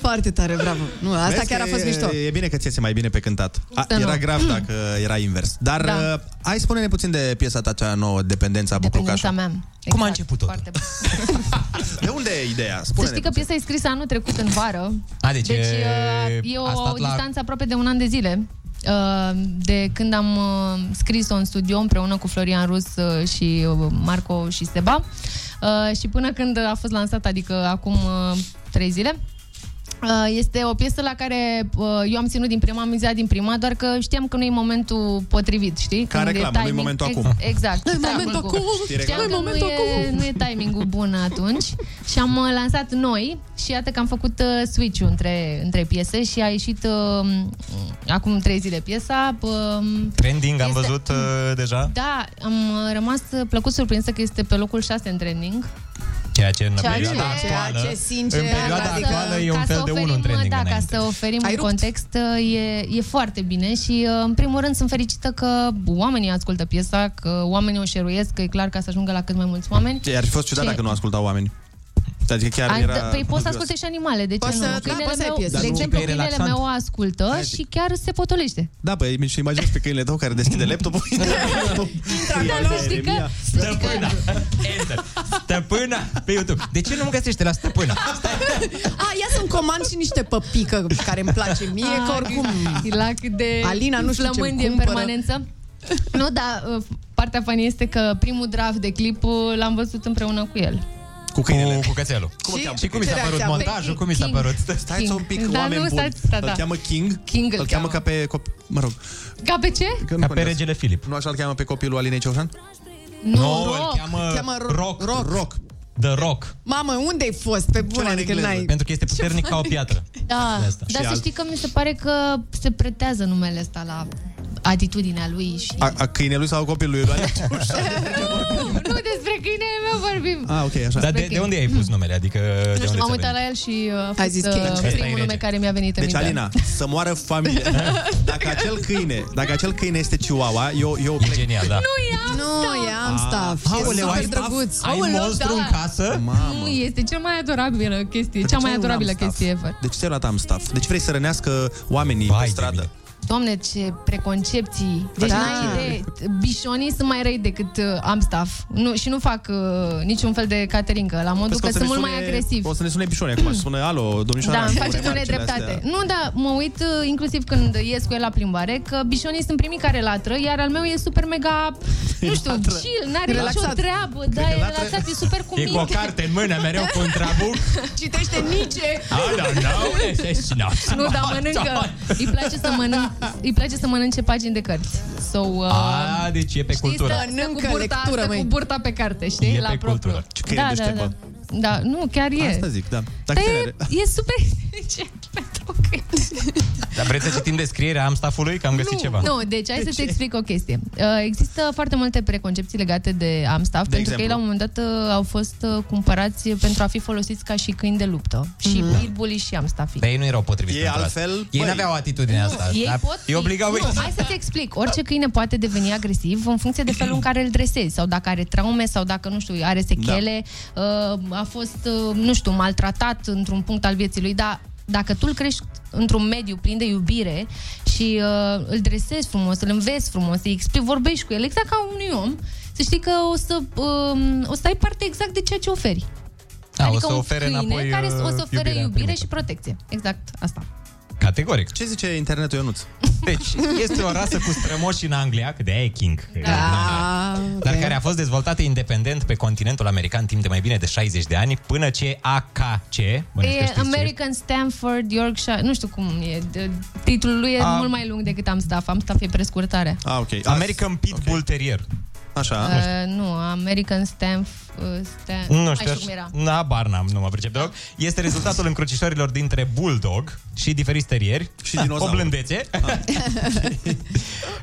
Foarte tare, bravo. Nu, asta Vezi chiar a că fost e- mișto. E bine că ți iese mai bine pe cântat. A, Să Da, nu. era grav dacă era invers. Dar Da. da. hai spune-ne puțin de piesa ta cea nouă, Dependența Buclucaș. Dependența mea. Exact. Cum a început totul? Foarte bun. De unde e ideea? Să Spune-ne știi că puțin. piesa e scrisă anul trecut în vară. A, deci, Deci e, uh, e a o stat la... distanță aproape de un an de zile uh, de când am uh, scris-o în studio împreună cu Florian Rus uh, și uh, Marco și Seba Uh, și până când a fost lansat, adică acum uh, trei zile. Uh, Este o piesă la care uh, eu am ținut din prima, am izat din prima, doar că știam că nu e momentul potrivit, știi? Ca Când e reclamă, nu-i timing- momentul ex- acum. Exact. Nu-i timing-ul. momentul acum. Știi Știam reclamă. că Nu-i nu momentul e, acum. nu e timingul bun atunci și am uh, lansat noi și iată că am făcut uh, switch-ul între, între piese și a ieșit uh, acum trei zile piesa. Uh, Trending, am Este- văzut uh, deja, da, am uh, rămas uh, plăcut surprinsă că este pe locul 6 în trending. ceea ce în Ceea ce- perioada ceea actuală, ce, sincer, în perioada ca să- actuală e un ca fel să de oferim, unul în trending Da, înainte. ca să oferim Ai un rupt. context uh, e, e foarte bine și uh, în primul rând sunt fericită că oamenii ascultă piesa, că oamenii o șeruiesc, că e clar ca să ajungă la cât mai mulți oameni. Ar fi fost ciudat Ce- dacă nu ascultau oameni. noapte, adică chiar Ai- era... da, Păi poți să asculte și animale, de ce Poți nu? Păi să- da, Câinele poți să ai meu, piese. de Dar nu exemplu, e câinele relaxant. meu ascultă și chiar se potolește. Da, păi mi și imaginez pe câinele tău care deschide laptopul. Da, să știi că... să știi că- Da. Exact. Stăpâna pe YouTube. De ce nu mă găsește la stăpâna? A, ia să-mi comand și niște păpică care îmi place mie, Ah, că oricum... La cât de Alina, nu știu ce flămând e în cumpără. permanență. Nu, dar uh, partea fanii este că primul draft de clip uh, l-am văzut împreună cu el. Cu câinele. Cu, cu cățelul. Cum și, și cum mi ce s-a părut reacție avea? montajul? Cum mi s-a King. părut? Stai un pic, Da, oameni nu, buni. stați, da, da. Îl cheamă King. King îl îl cheamă cheamă. ca pe... Cop- mă rog. Ca pe ce? Că nu Ca pe contează. regele Filip. Nu așa îl cheamă pe copilul Alinei Cioșan? Nu, No, rock. îl cheamă, Cheamă ro- rock. rock. Rock. The Rock. Mamă, unde ai fost? Pe bune, adică n-ai... Pentru că este puternic ca o piatră. Da, De asta. dar Și să al- știi că mi se pare că se pretează numele ăsta la atitudinea lui și... A, a câinelui sau a copilului lui Alinei Cioșan? nu, despre câinele meu vorbim. Ah, ok, așa. Dar de, de unde ai pus numele? Adică de Nu unde știu, m-am ți-a uitat venit? la el și uh, a fost zis uh, King. Ăsta e primul rege. nume care mi-a venit în Deci, minte. Alina, să moară familia. Dacă acel câine, dacă acel câine este chihuahua, eu, eu plec. genial, da. Nu, e asta! Nu, e Amstaff. Ah, E aoleu, super ai staff? drăguț. Ai Aoleu, da. monstru în casă? Nu, Mamă. este cea mai adorabilă chestie, Pentru ce cea mai ai un adorabilă Amstaff? chestii ever. De ce ți-ai luat Amstaff? Deci vrei să rănească oamenii Vai pe de stradă. Doamne, ce preconcepții! Deci Da. n-ai idee. Bișonii sunt mai răi decât uh, Amstaff. Nu, și nu fac uh, niciun fel de caterincă, la modul Vezi că o să sunt ne mult sune- mai agresivi. O să ne sune bișone acum și să spună, alo, domnișoara. Da, îmi cu faceți o remarcile nedreptate. astea." Nu, dar mă uit uh, inclusiv când ies cu el la plimbare că bișonii sunt primii care latră, iar al meu e super mega, nu știu, Latră. chill, n-are Relaxat. nicio treabă, da, că e latră- relaxat, e super cu E cu o minte. carte în mână, mereu cu un trabuc. Citește Nice. Ala, naule, se șnaps. Nu, dar da, mănâncă. Îi place să, mănânc, îi place să mănânce pagini de cărți. So, uh, A, deci e pe știi, cultură. stă- stă Mănâncă cu burta, lectură, stă măi. cu burta pe carte, știi? E la pe propriu. cultură. Ce că e deșteaptă. da. nu, chiar e. Asta zic, da. Dacă Dar ți e, are- e super inteligent pentru că... Dar vreți să citim descrierea am stafului? Că am găsit ceva. Nu, deci hai să-ți explic o chestie. Uh, Există foarte multe preconcepții legate de Amstaff, De pentru exemplu? că ei la un moment dat uh, au fost uh, cumpărați pentru a fi folosiți ca și câini de luptă. Și pitbull și Amstaffii. Dar ei nu erau potriviți Ei pentru asta. altfel, Ei băi. n-aveau atitudinea asta. da. Ei dar pot fi... Îi obligau ei. nu, Hai să-ți explic. Orice câine poate deveni agresiv în funcție de felul în care îl dresezi sau dacă are traume sau dacă, nu știu, are sechele, da. a fost, uh, nu știu, maltratat într-un punct al vieții lui, dar dacă tu îl crești într-un mediu plin de iubire și uh, îl dresezi frumos, îl înveți frumos, îi explici, vorbești cu el exact ca unui om, să știi că o să, um, o să ai parte exact de ceea ce oferi. A, adică Da, o să un ofere câine înapoi uh, care o să ofere iubirea iubire primită. și protecție. Exact asta. Categoric. Ce zice internetul, Ionuț? Deci, este o rasă cu strămoși în Anglia, că de aia e King. Da. Dar care a fost dezvoltată independent pe continentul american timp de mai bine de 60 de ani, până ce AKC, bănuiesc că E știți ce e. American Stanford Yorkshire, nu știu cum e, de- titlul lui e Am- mult mai lung decât Amstaff, Amstaff e prescurtarea. Ah, ok. American Pitbull Ok. Terrier. Așa. Uh, nu, American Stanf, uh, Stan... da. Nu Hai știu, cum era. Da. na, bar n-am, nu mă pricep deloc. Este rezultatul încrucișorilor dintre bulldog și diferiți terieri. Și Ah. O dinozauri. blândețe.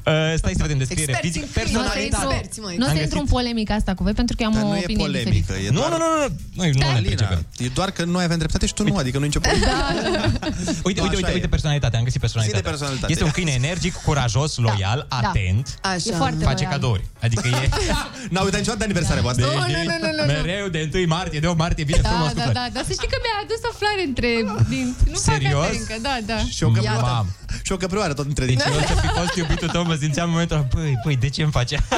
Uh, Stai să vedem descriere Experți fizică. în câini, Nu o să Personalitate. experți, măi. Nu o Am să găsit. intru în polemică asta cu voi, pentru că eu Dar am nu o e opinie diferită. polemică, e Nu, doar... nu, nu, nu, nu. Noi nu ne Alina, pricepem. e doar că noi avem dreptate și tu nu, adică nu e nicio problemă. Uite, Da, uite, așa uite, e. uite personalitatea, am găsit personalitatea. Zi de personalitate. Este un câine energic, curajos, loial, da. atent. Așa. E foarte Face loial. Oh, cadouri. Adică e... Da, N-au uitat niciodată de aniversarea voastră. Nu, nu, nu, nu, nu, nu. Mereu de 1 martie, de 8 martie, vine Da, frumos cu da, flori. da, dar să știi că mi-a adus o floare între dinți. Nu Serios? fac încă, da, da. Și o căprioară. Mamă. Și o căprioară tot între dinți. Deci eu să fi fost iubitul tău, mă simțeam în momentul ăla, băi, băi, de ce îmi face asta?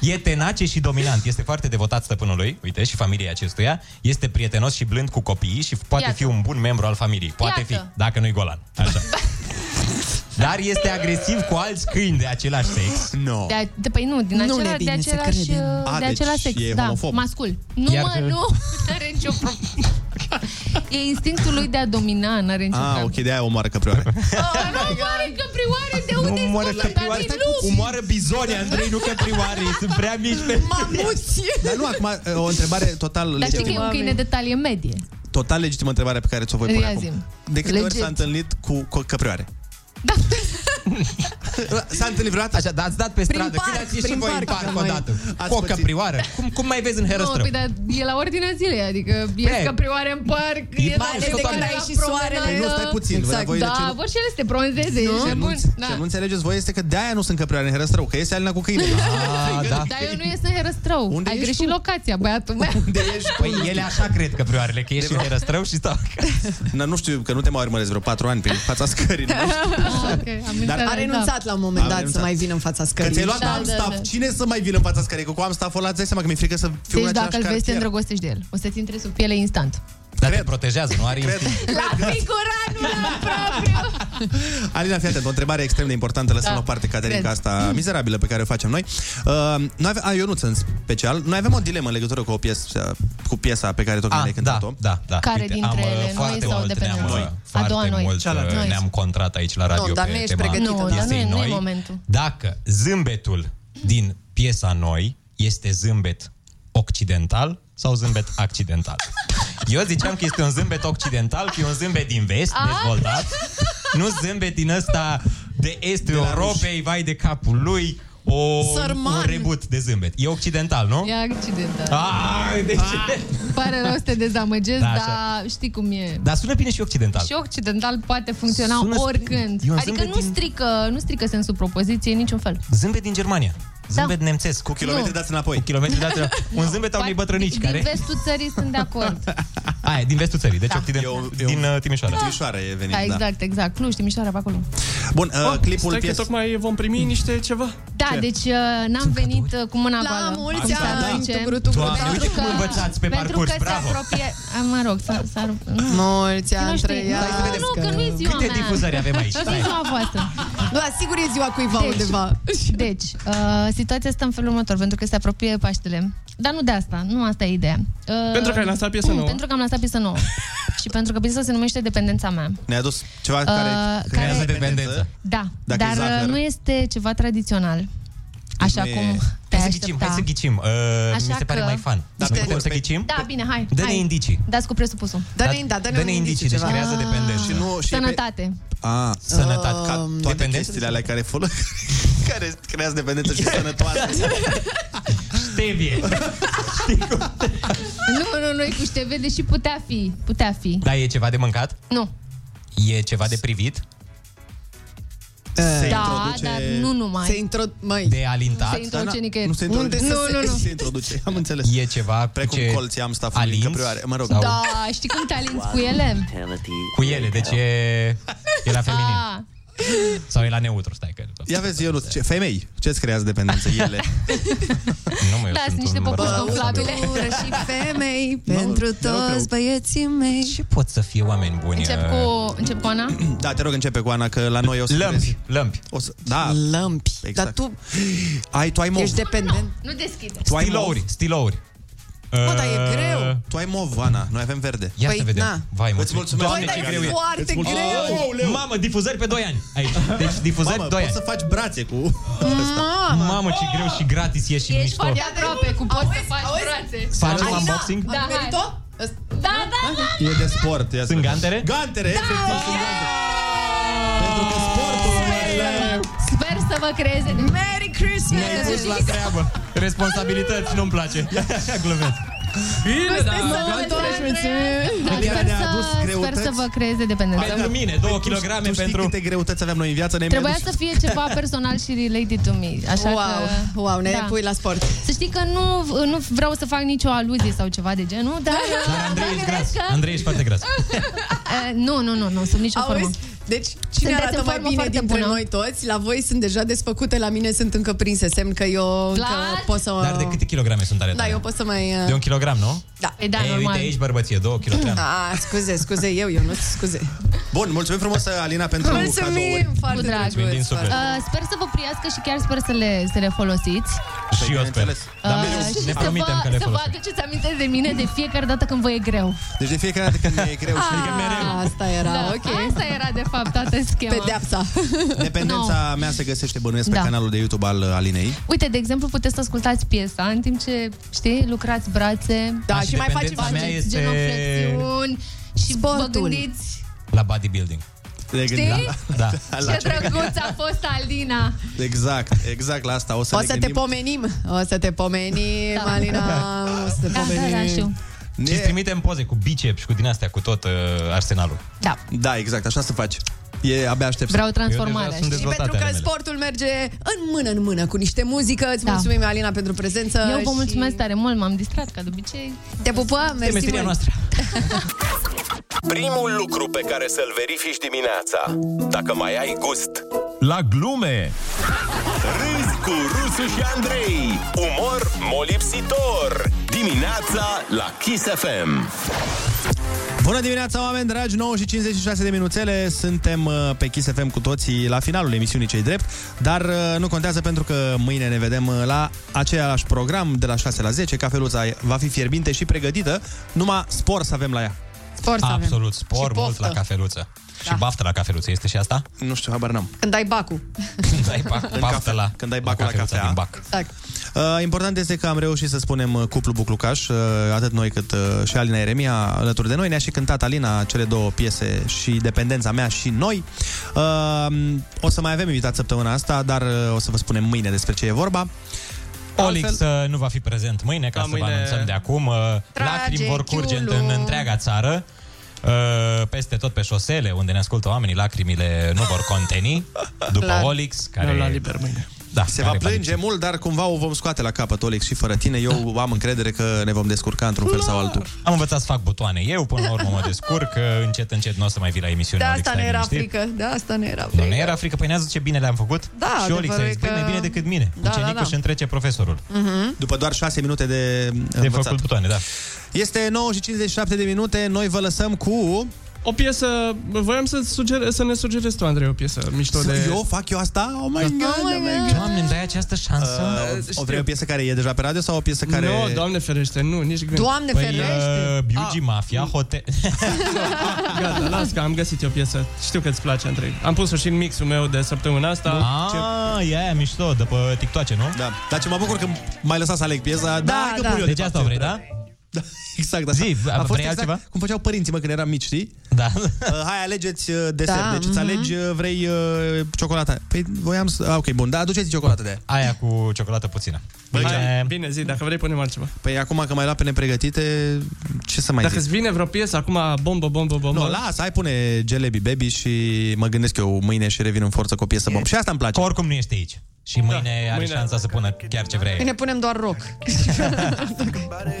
E tenace și dominant, este foarte devotat stăpânului, uite, și familiei acestuia, este prietenos și blând cu copiii și poate Iată. fi un bun membru al familiei. Poate Iată. fi, dacă nu-i golan. Așa. Dar este agresiv cu alți câini de același sex. No. De, a, de, păi nu, din Nu acela, de ne vine să același, uh, credem. A, de deci același sex, e da, homofob. mascul. Nu, Iar mă, că- nu, are nicio problemă. E instinctul lui de a domina, n-are nicio Ah, problemă. ok, de aia omoară căprioare. Oh, nu moare căprioare, de unde Omoară scoți căprioare, asta? Din lup! umoară bizone, Andrei, nu căprioare, sunt prea mici pe... Mamuți! Dar nu, acum, o întrebare total Dar știi că e legitimă. un câine de talie medie. Total legitimă întrebare pe care ți-o voi pune Ia acum. zi-mi. De câte ori Legit. s-a întâlnit cu, cu căprioare? Da. S-a întâlnit vreodată? Așa, dar ați dat pe Prin stradă. Când parc, ați ieșit prin voi în parc parc avem odată? Cu o căprioară. Cum, cum mai vezi în Nu, herăstrău? păi, dar e la ordinea zilei, adică Pe- e caprioare în parc, E e mai ales că toamna. la Ai și promenadă. soarele. Păi nu, stai puțin, Exact, voi da, ce nu- vor și ele să te bronzeze, Nu? ești Ce bun. nu- Da. ce nu înțelegeți voi este că de-aia nu sunt căprioare în herăstrău, că este alina cu câine. Ah, Dar eu nu ies în herăstrău. Unde Ai greșit locația, băiatul meu. Unde ești Păi ele așa cred că prioarele, că ieși în herăstrău și stau Na, nu știu, că nu te mai urmăresc vreo patru ani prin fața scării. nu știu. Dar a renunțat la un moment Am dat să renunțat. mai vină în fața Că scării. ți-ai luat da, staff. Cine să mai vină în fața scării? Că cu am staff ăla îți dai seama că mi-e frică să fiu Deci în dacă îl același vezi, te cartier. îndrăgostești de el. O să-ți intre sub piele instant. Dar te protejează, nu are La figuranul la propriu! Alina, fii atent, o întrebare extrem de importantă, lăsăm Da. da. la parte Cred. Caterinca asta mizerabilă pe care o facem noi. Uh, noi avem, a, eu nu în special, noi avem o dilemă în legătură cu, o piesă, cu piesa pe care tocmai Ah, ai cântat-o. Da, da, da. Care dintre uh, ele? Noi sau de pe noi? A Foarte doua noi. mult Cealaltă. Noi. ne-am contrat aici la radio Nu, dar pe nu ești tema pregătită, Nu, dar nu e- piesei nu e noi. momentul. Dacă zâmbetul din piesa noi este zâmbet occidental sau zâmbet accidental. Eu ziceam că este un zâmbet occidental, că e un zâmbet din vest, Ah. dezvoltat. Nu zâmbet din ăsta de estul Europei, vai de capul lui, o, un Sărman. rebut de zâmbet. E occidental, nu? E da. accidental. Ah, de ce? Pare rău să te dezamăgesc, Da, așa. dar știi cum e. Dar sună bine și occidental. Și occidental poate funcționa Sună spre- oricând. E un Adică zâmbet nu din- strică, nu strică sensul propoziției în niciun fel. Zâmbet din Germania. Zâmbet Da. nemțesc. Cu kilometri Nu. dați înapoi. Cu kilometri dați înapoi. Un zâmbet al unei bătrânici Din care... Da, vestul țării sunt de acord. Aia, e din vestul țării. Deci occident, din uh, Timișoara. Timișoara e da, exact, exact. Cluj, Timișoara, pe acolo. Bun, Oh, uh, clipul stai că piesei... tocmai vom primi niște ceva. Da, deci uh, n-am venit uh, cu mâna La goală. mulți Cum se ani, zice. tucuru, tucuru, Doamne, uite cum învățați pe pentru parcurs, că bravo. se apropie... Ah, Mă rog, s-a, s-a rupt. Nu. Mulți Nu ani știu, nu, trăiască. nu, că nu e ziua Câte mea. difuzări avem aici? Nu Hai. e ziua voastră. Nu, dar Da, sigur e ziua cuiva Deci. undeva. Deci, uh, situația stă în felul următor, pentru că se apropie Paștele. Dar nu de asta, nu asta e ideea. Uh, Pentru că ai lansat piesă nouă. Pentru că am lansat piesă nouă. și pentru că piesa se numește Dependența mea. Ne-a adus ceva uh, care care- creează dependență. Da, Dacă e dar zahăr. uh, nu este ceva tradițional. Așa Nu e- cum te Hai să ghicim, hai să ghicim. Uh, mi Așa se pare că- mai fan. Dar putem să ghicim? Da, bine, hai. Dă-ne hai. indicii. Dați cu presupusul. Dă-ne, da, dă-ne, un Dă-ne indicii, deci ceva. Ah, creează Ah. dependență. Și nu, și e pe, Sănătate. a, Sănătate. Ca toate chestiile alea care folosesc care creează dependență și sănătoase. Ștevie. Nu, nu, nu, e cu șteve, deși putea fi. Putea fi. Da, e ceva de mâncat? Nu. E ceva de privit? Se Da, introduce- dar nu numai. Se intro... Măi. De alintat? Se introduce nicăieri. Nu se introduce. Unde se, să se- se introduce. Am înțeles. E ceva Precum ce- colții am stafului alinți? căprioare. Mă rog. Da, știi cum te alinți cu ele? Cu ele, deci e, e la feminin. Ah, Sau e la neutru, stai că... Ia vezi, Ionuț, ce, femei, ce-ți creează dependență? Ele. Nu mă, eu da, sunt sunt niște un păpuși bărbat. gonflabile. Ură și femei pentru toți băieții mei. Ce pot să fie oameni buni? uh, Încep cu, încep cu Ana? Da, te rog, începe cu Ana, că la noi o să Lămpi, vezi. lămpi. O să, da. Lămpi. Exact. Dar tu Ai, tu ai mov. ești dependent. Nu deschide. Tu ai Stilouri, stilouri. Ă, Bă, dar e greu. Tu ai mov, Ana. Noi avem verde. Ia Păi, să vedem. na. Vai, Îți mulțumesc. Doamne, Băi, ce dar greu e e. foarte Îți mulțumesc. greu. Aoleu. Mamă, difuzări pe 2 ani aici. Deci difuzări Mamă, 2 poți ani. să faci brațe cu... Mamă. Mamă, ce greu și gratis e și Ești mișto. foarte aproape cu poți să faci brațe. Facem Alina, unboxing? am Da, hai. nimerit-o? Ăsta- Da, da, da. E de sport. Ia să Sunt vedem. gantere? Gantere, Da, efectiv, sunt gantere. Pentru că sportul mele... Sper să vă creeze. Merry Ne-ai Christmas! pus la treabă. Responsabilități, nu-mi place. Glumesc. da. Bine, da, Este sărbători, mulțumim! Da, Maria sper ne-a adus să, sper greutăți. să vă creeze dependența. Pentru mine, Păi, 2 Tu- kilograme Tu știi pentru... câte greutăți aveam noi în viață? Ne-ai Trebuia adus- să fie ceva personal și related to me. Așa Wow, că... wow, ne da. pui la sport. Să știi că nu, nu vreau să fac nicio aluzie sau ceva de genul, dar... Dar Da. Andrei ești gras. Andrei ești foarte gras. Eh, Nu, Da. nu, nu, nu, sub nicio formă. Auzi? Deci, cine Sunteți arată în mai formă bine foarte dintre bună. noi toți? La voi sunt deja desfăcute, la mine sunt încă prinse. Semn că eu încă Vlad? pot să... Dar de câte kilograme sunt ale Da, tale? eu pot să mai... De un kilogram, nu? Da. Păi da, Ei, normal. uite aici, bărbăție, 2 kilograme. A, scuze, scuze, eu, eu nu scuze. Bun, mulțumim frumos, Da. Alina, pentru cadouri. Mulțumim foarte Cu drag. drag. Mulțumim din suflet. Uh, sper să vă priască și chiar sper să le, să le folosiți. Și eu păi, sper. bineînțeles. Ă, Dar Uh, mereu și ne să promitem că vă, le să vă folosim. aduceți aminte de mine de fiecare dată când vă e greu. Deci de fiecare dată când ne e Ah, greu și adică Asta era, Da, ok. Asta era, de fapt, toată schema. Pedeapsa. Dependența no. mea se găsește bănuiesc pe Da. canalul de YouTube al uh, Alinei. Uite, de exemplu, puteți să ascultați piesa în timp ce, știi, lucrați brațe, Da, Așa, și mai Deci dependența facem mea faceți este genoflexiuni și Sportul. vă gândiți la bodybuilding. Ne Știi? gândim- Da. Ce drăguț a fost Aldina! Exact, exact la asta. O să, O ne să te gândim. pomenim, o să te pomenim, da. Alina, o să te Da, da, pomenim. da, știu. Ne... Și îți trimitem poze cu biceps și cu din astea, cu tot uh, arsenalul. Da. Da, exact, așa să faci. E, abia aștept. Vreau transformarea, știi? Și pentru că sportul merge în mână în mână cu niște muzică. Îți mulțumim, Alina, pentru prezență. Da. Eu vă și- mulțumesc tare mult, m-am distrat ca de obicei. Te pupăm, mersi mult. Primul lucru pe care să-l verifici dimineața, dacă mai ai gust. La glume! Râzi cu Rusu și Andrei. Umor molipsitor. Dimineața la Kiss FM. Bună dimineața, oameni dragi! 9 și 56 de minuțele. Suntem uh, pe Kiss FM cu toții la finalul emisiunii Cei Drept, dar uh, nu contează pentru că mâine ne vedem uh, la aceeași program de la 6 la 10. Cafeluța va fi fierbinte și pregătită. Numai spor să avem la ea. Spor să avem. Absolut, spor Și mult poftă. Da. la cafeluță. Și baftă la cafeluță, este și asta? Nu știu, habar n-am. Când ai bacul. Când ai bac, baftă la... Când ai bacul la cafea. Din bac. Exact. Uh, Important este că am reușit să spunem uh, cuplu Buclucaș, uh, atât noi cât uh, și Alina Eremia alături de noi. Ne-a și cântat Alina cele două piese și Dependența mea și noi. Uh, O să mai avem invitat săptămâna asta, dar uh, o să vă spunem mâine despre ce e vorba. Olix Altfel... nu va fi prezent mâine, ca Da, să mâine- vă anunțăm de acum. Uh, Lacrimi vor curge în, în întreaga țară. Uh, Peste tot pe șosele, unde ne ascultă oamenii, lacrimile nu vor conteni. După La- Olix, care... Nu, la liber mâine. Da, Se va care plânge mult, dar cumva o vom scoate la capăt, Olex, și fără tine. Eu am încredere că ne vom descurca într-un fel sau altul. Am învățat să fac butoane. Eu, până la urmă, mă descurc. uh, Încet, încet nu o să mai vii la emisiune. De Olix, asta stai ne era liniștit. frică, de asta ne era Nu frică. ne era frică, păi ne-a zis ce bine le-am făcut Da, Și Olix a adevărul zis, e păi că- mai bine decât mine Da, da, Ucenicul da, da. da, da. își întrece profesorul Mhm. După doar 6 minute de De învățat. făcut butoane, da Este 9 și 57 de minute, noi vă lăsăm cu... O piesă, voiam să, sugere, să ne sugerezi tu, Andrei, o piesă mișto de... Eu fac eu asta? Oh my Da. god! Oh my my God. god. Doamne, îmi dai această șansă? Uh, o vrei o piesă care e deja pe radio sau o piesă care... Nu, doamne ferește, nu, nici gând. Doamne Păi, uh, Biugi Mafia, hotel. Gata, las că am găsit eu piesă. Știu că îți place, Andrei. Am pus-o și în mixul meu de săptămâna asta. Ah, e aia mișto, de pe TikTok, nu? Da, dar ce mă bucur că mai lăsat să aleg piesa. Da, hai că da. pun eu Deci de asta fapt vrei, ce da? Da, exact asta. Zi, a fost vrei exact altceva? cum făceau părinții mă când eram mici, știi? Da. Uh, hai, alegeți uh, desert. Da, Da, deci îți mhm. alegi, uh, vrei uh, ciocolata. Păi voiam să... Ah, ok, bun, da, aduceți ciocolata de aia. Aia cu ciocolată puțină. Hai, bine, zi, dacă vrei punem altceva. Păi acum că mai la pe nepregătite, ce să mai Dacă zic? îți vine vreo piesă, acum bombă, bombă, bombă. Nu, las, hai pune Jelebi Baby și mă gândesc eu mâine și revin în forță cu o piesă bombă. Și asta îmi place. Oricum nu ești aici. Și mâine da, are mâine. șansa să pună chiar ce vrei. Bine, punem doar rock.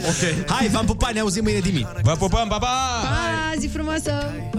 Ok. Hai, v-am pupat, ne auzim mâine dimineața. Vă pupăm, pa, pa! Pa, zi frumoasă!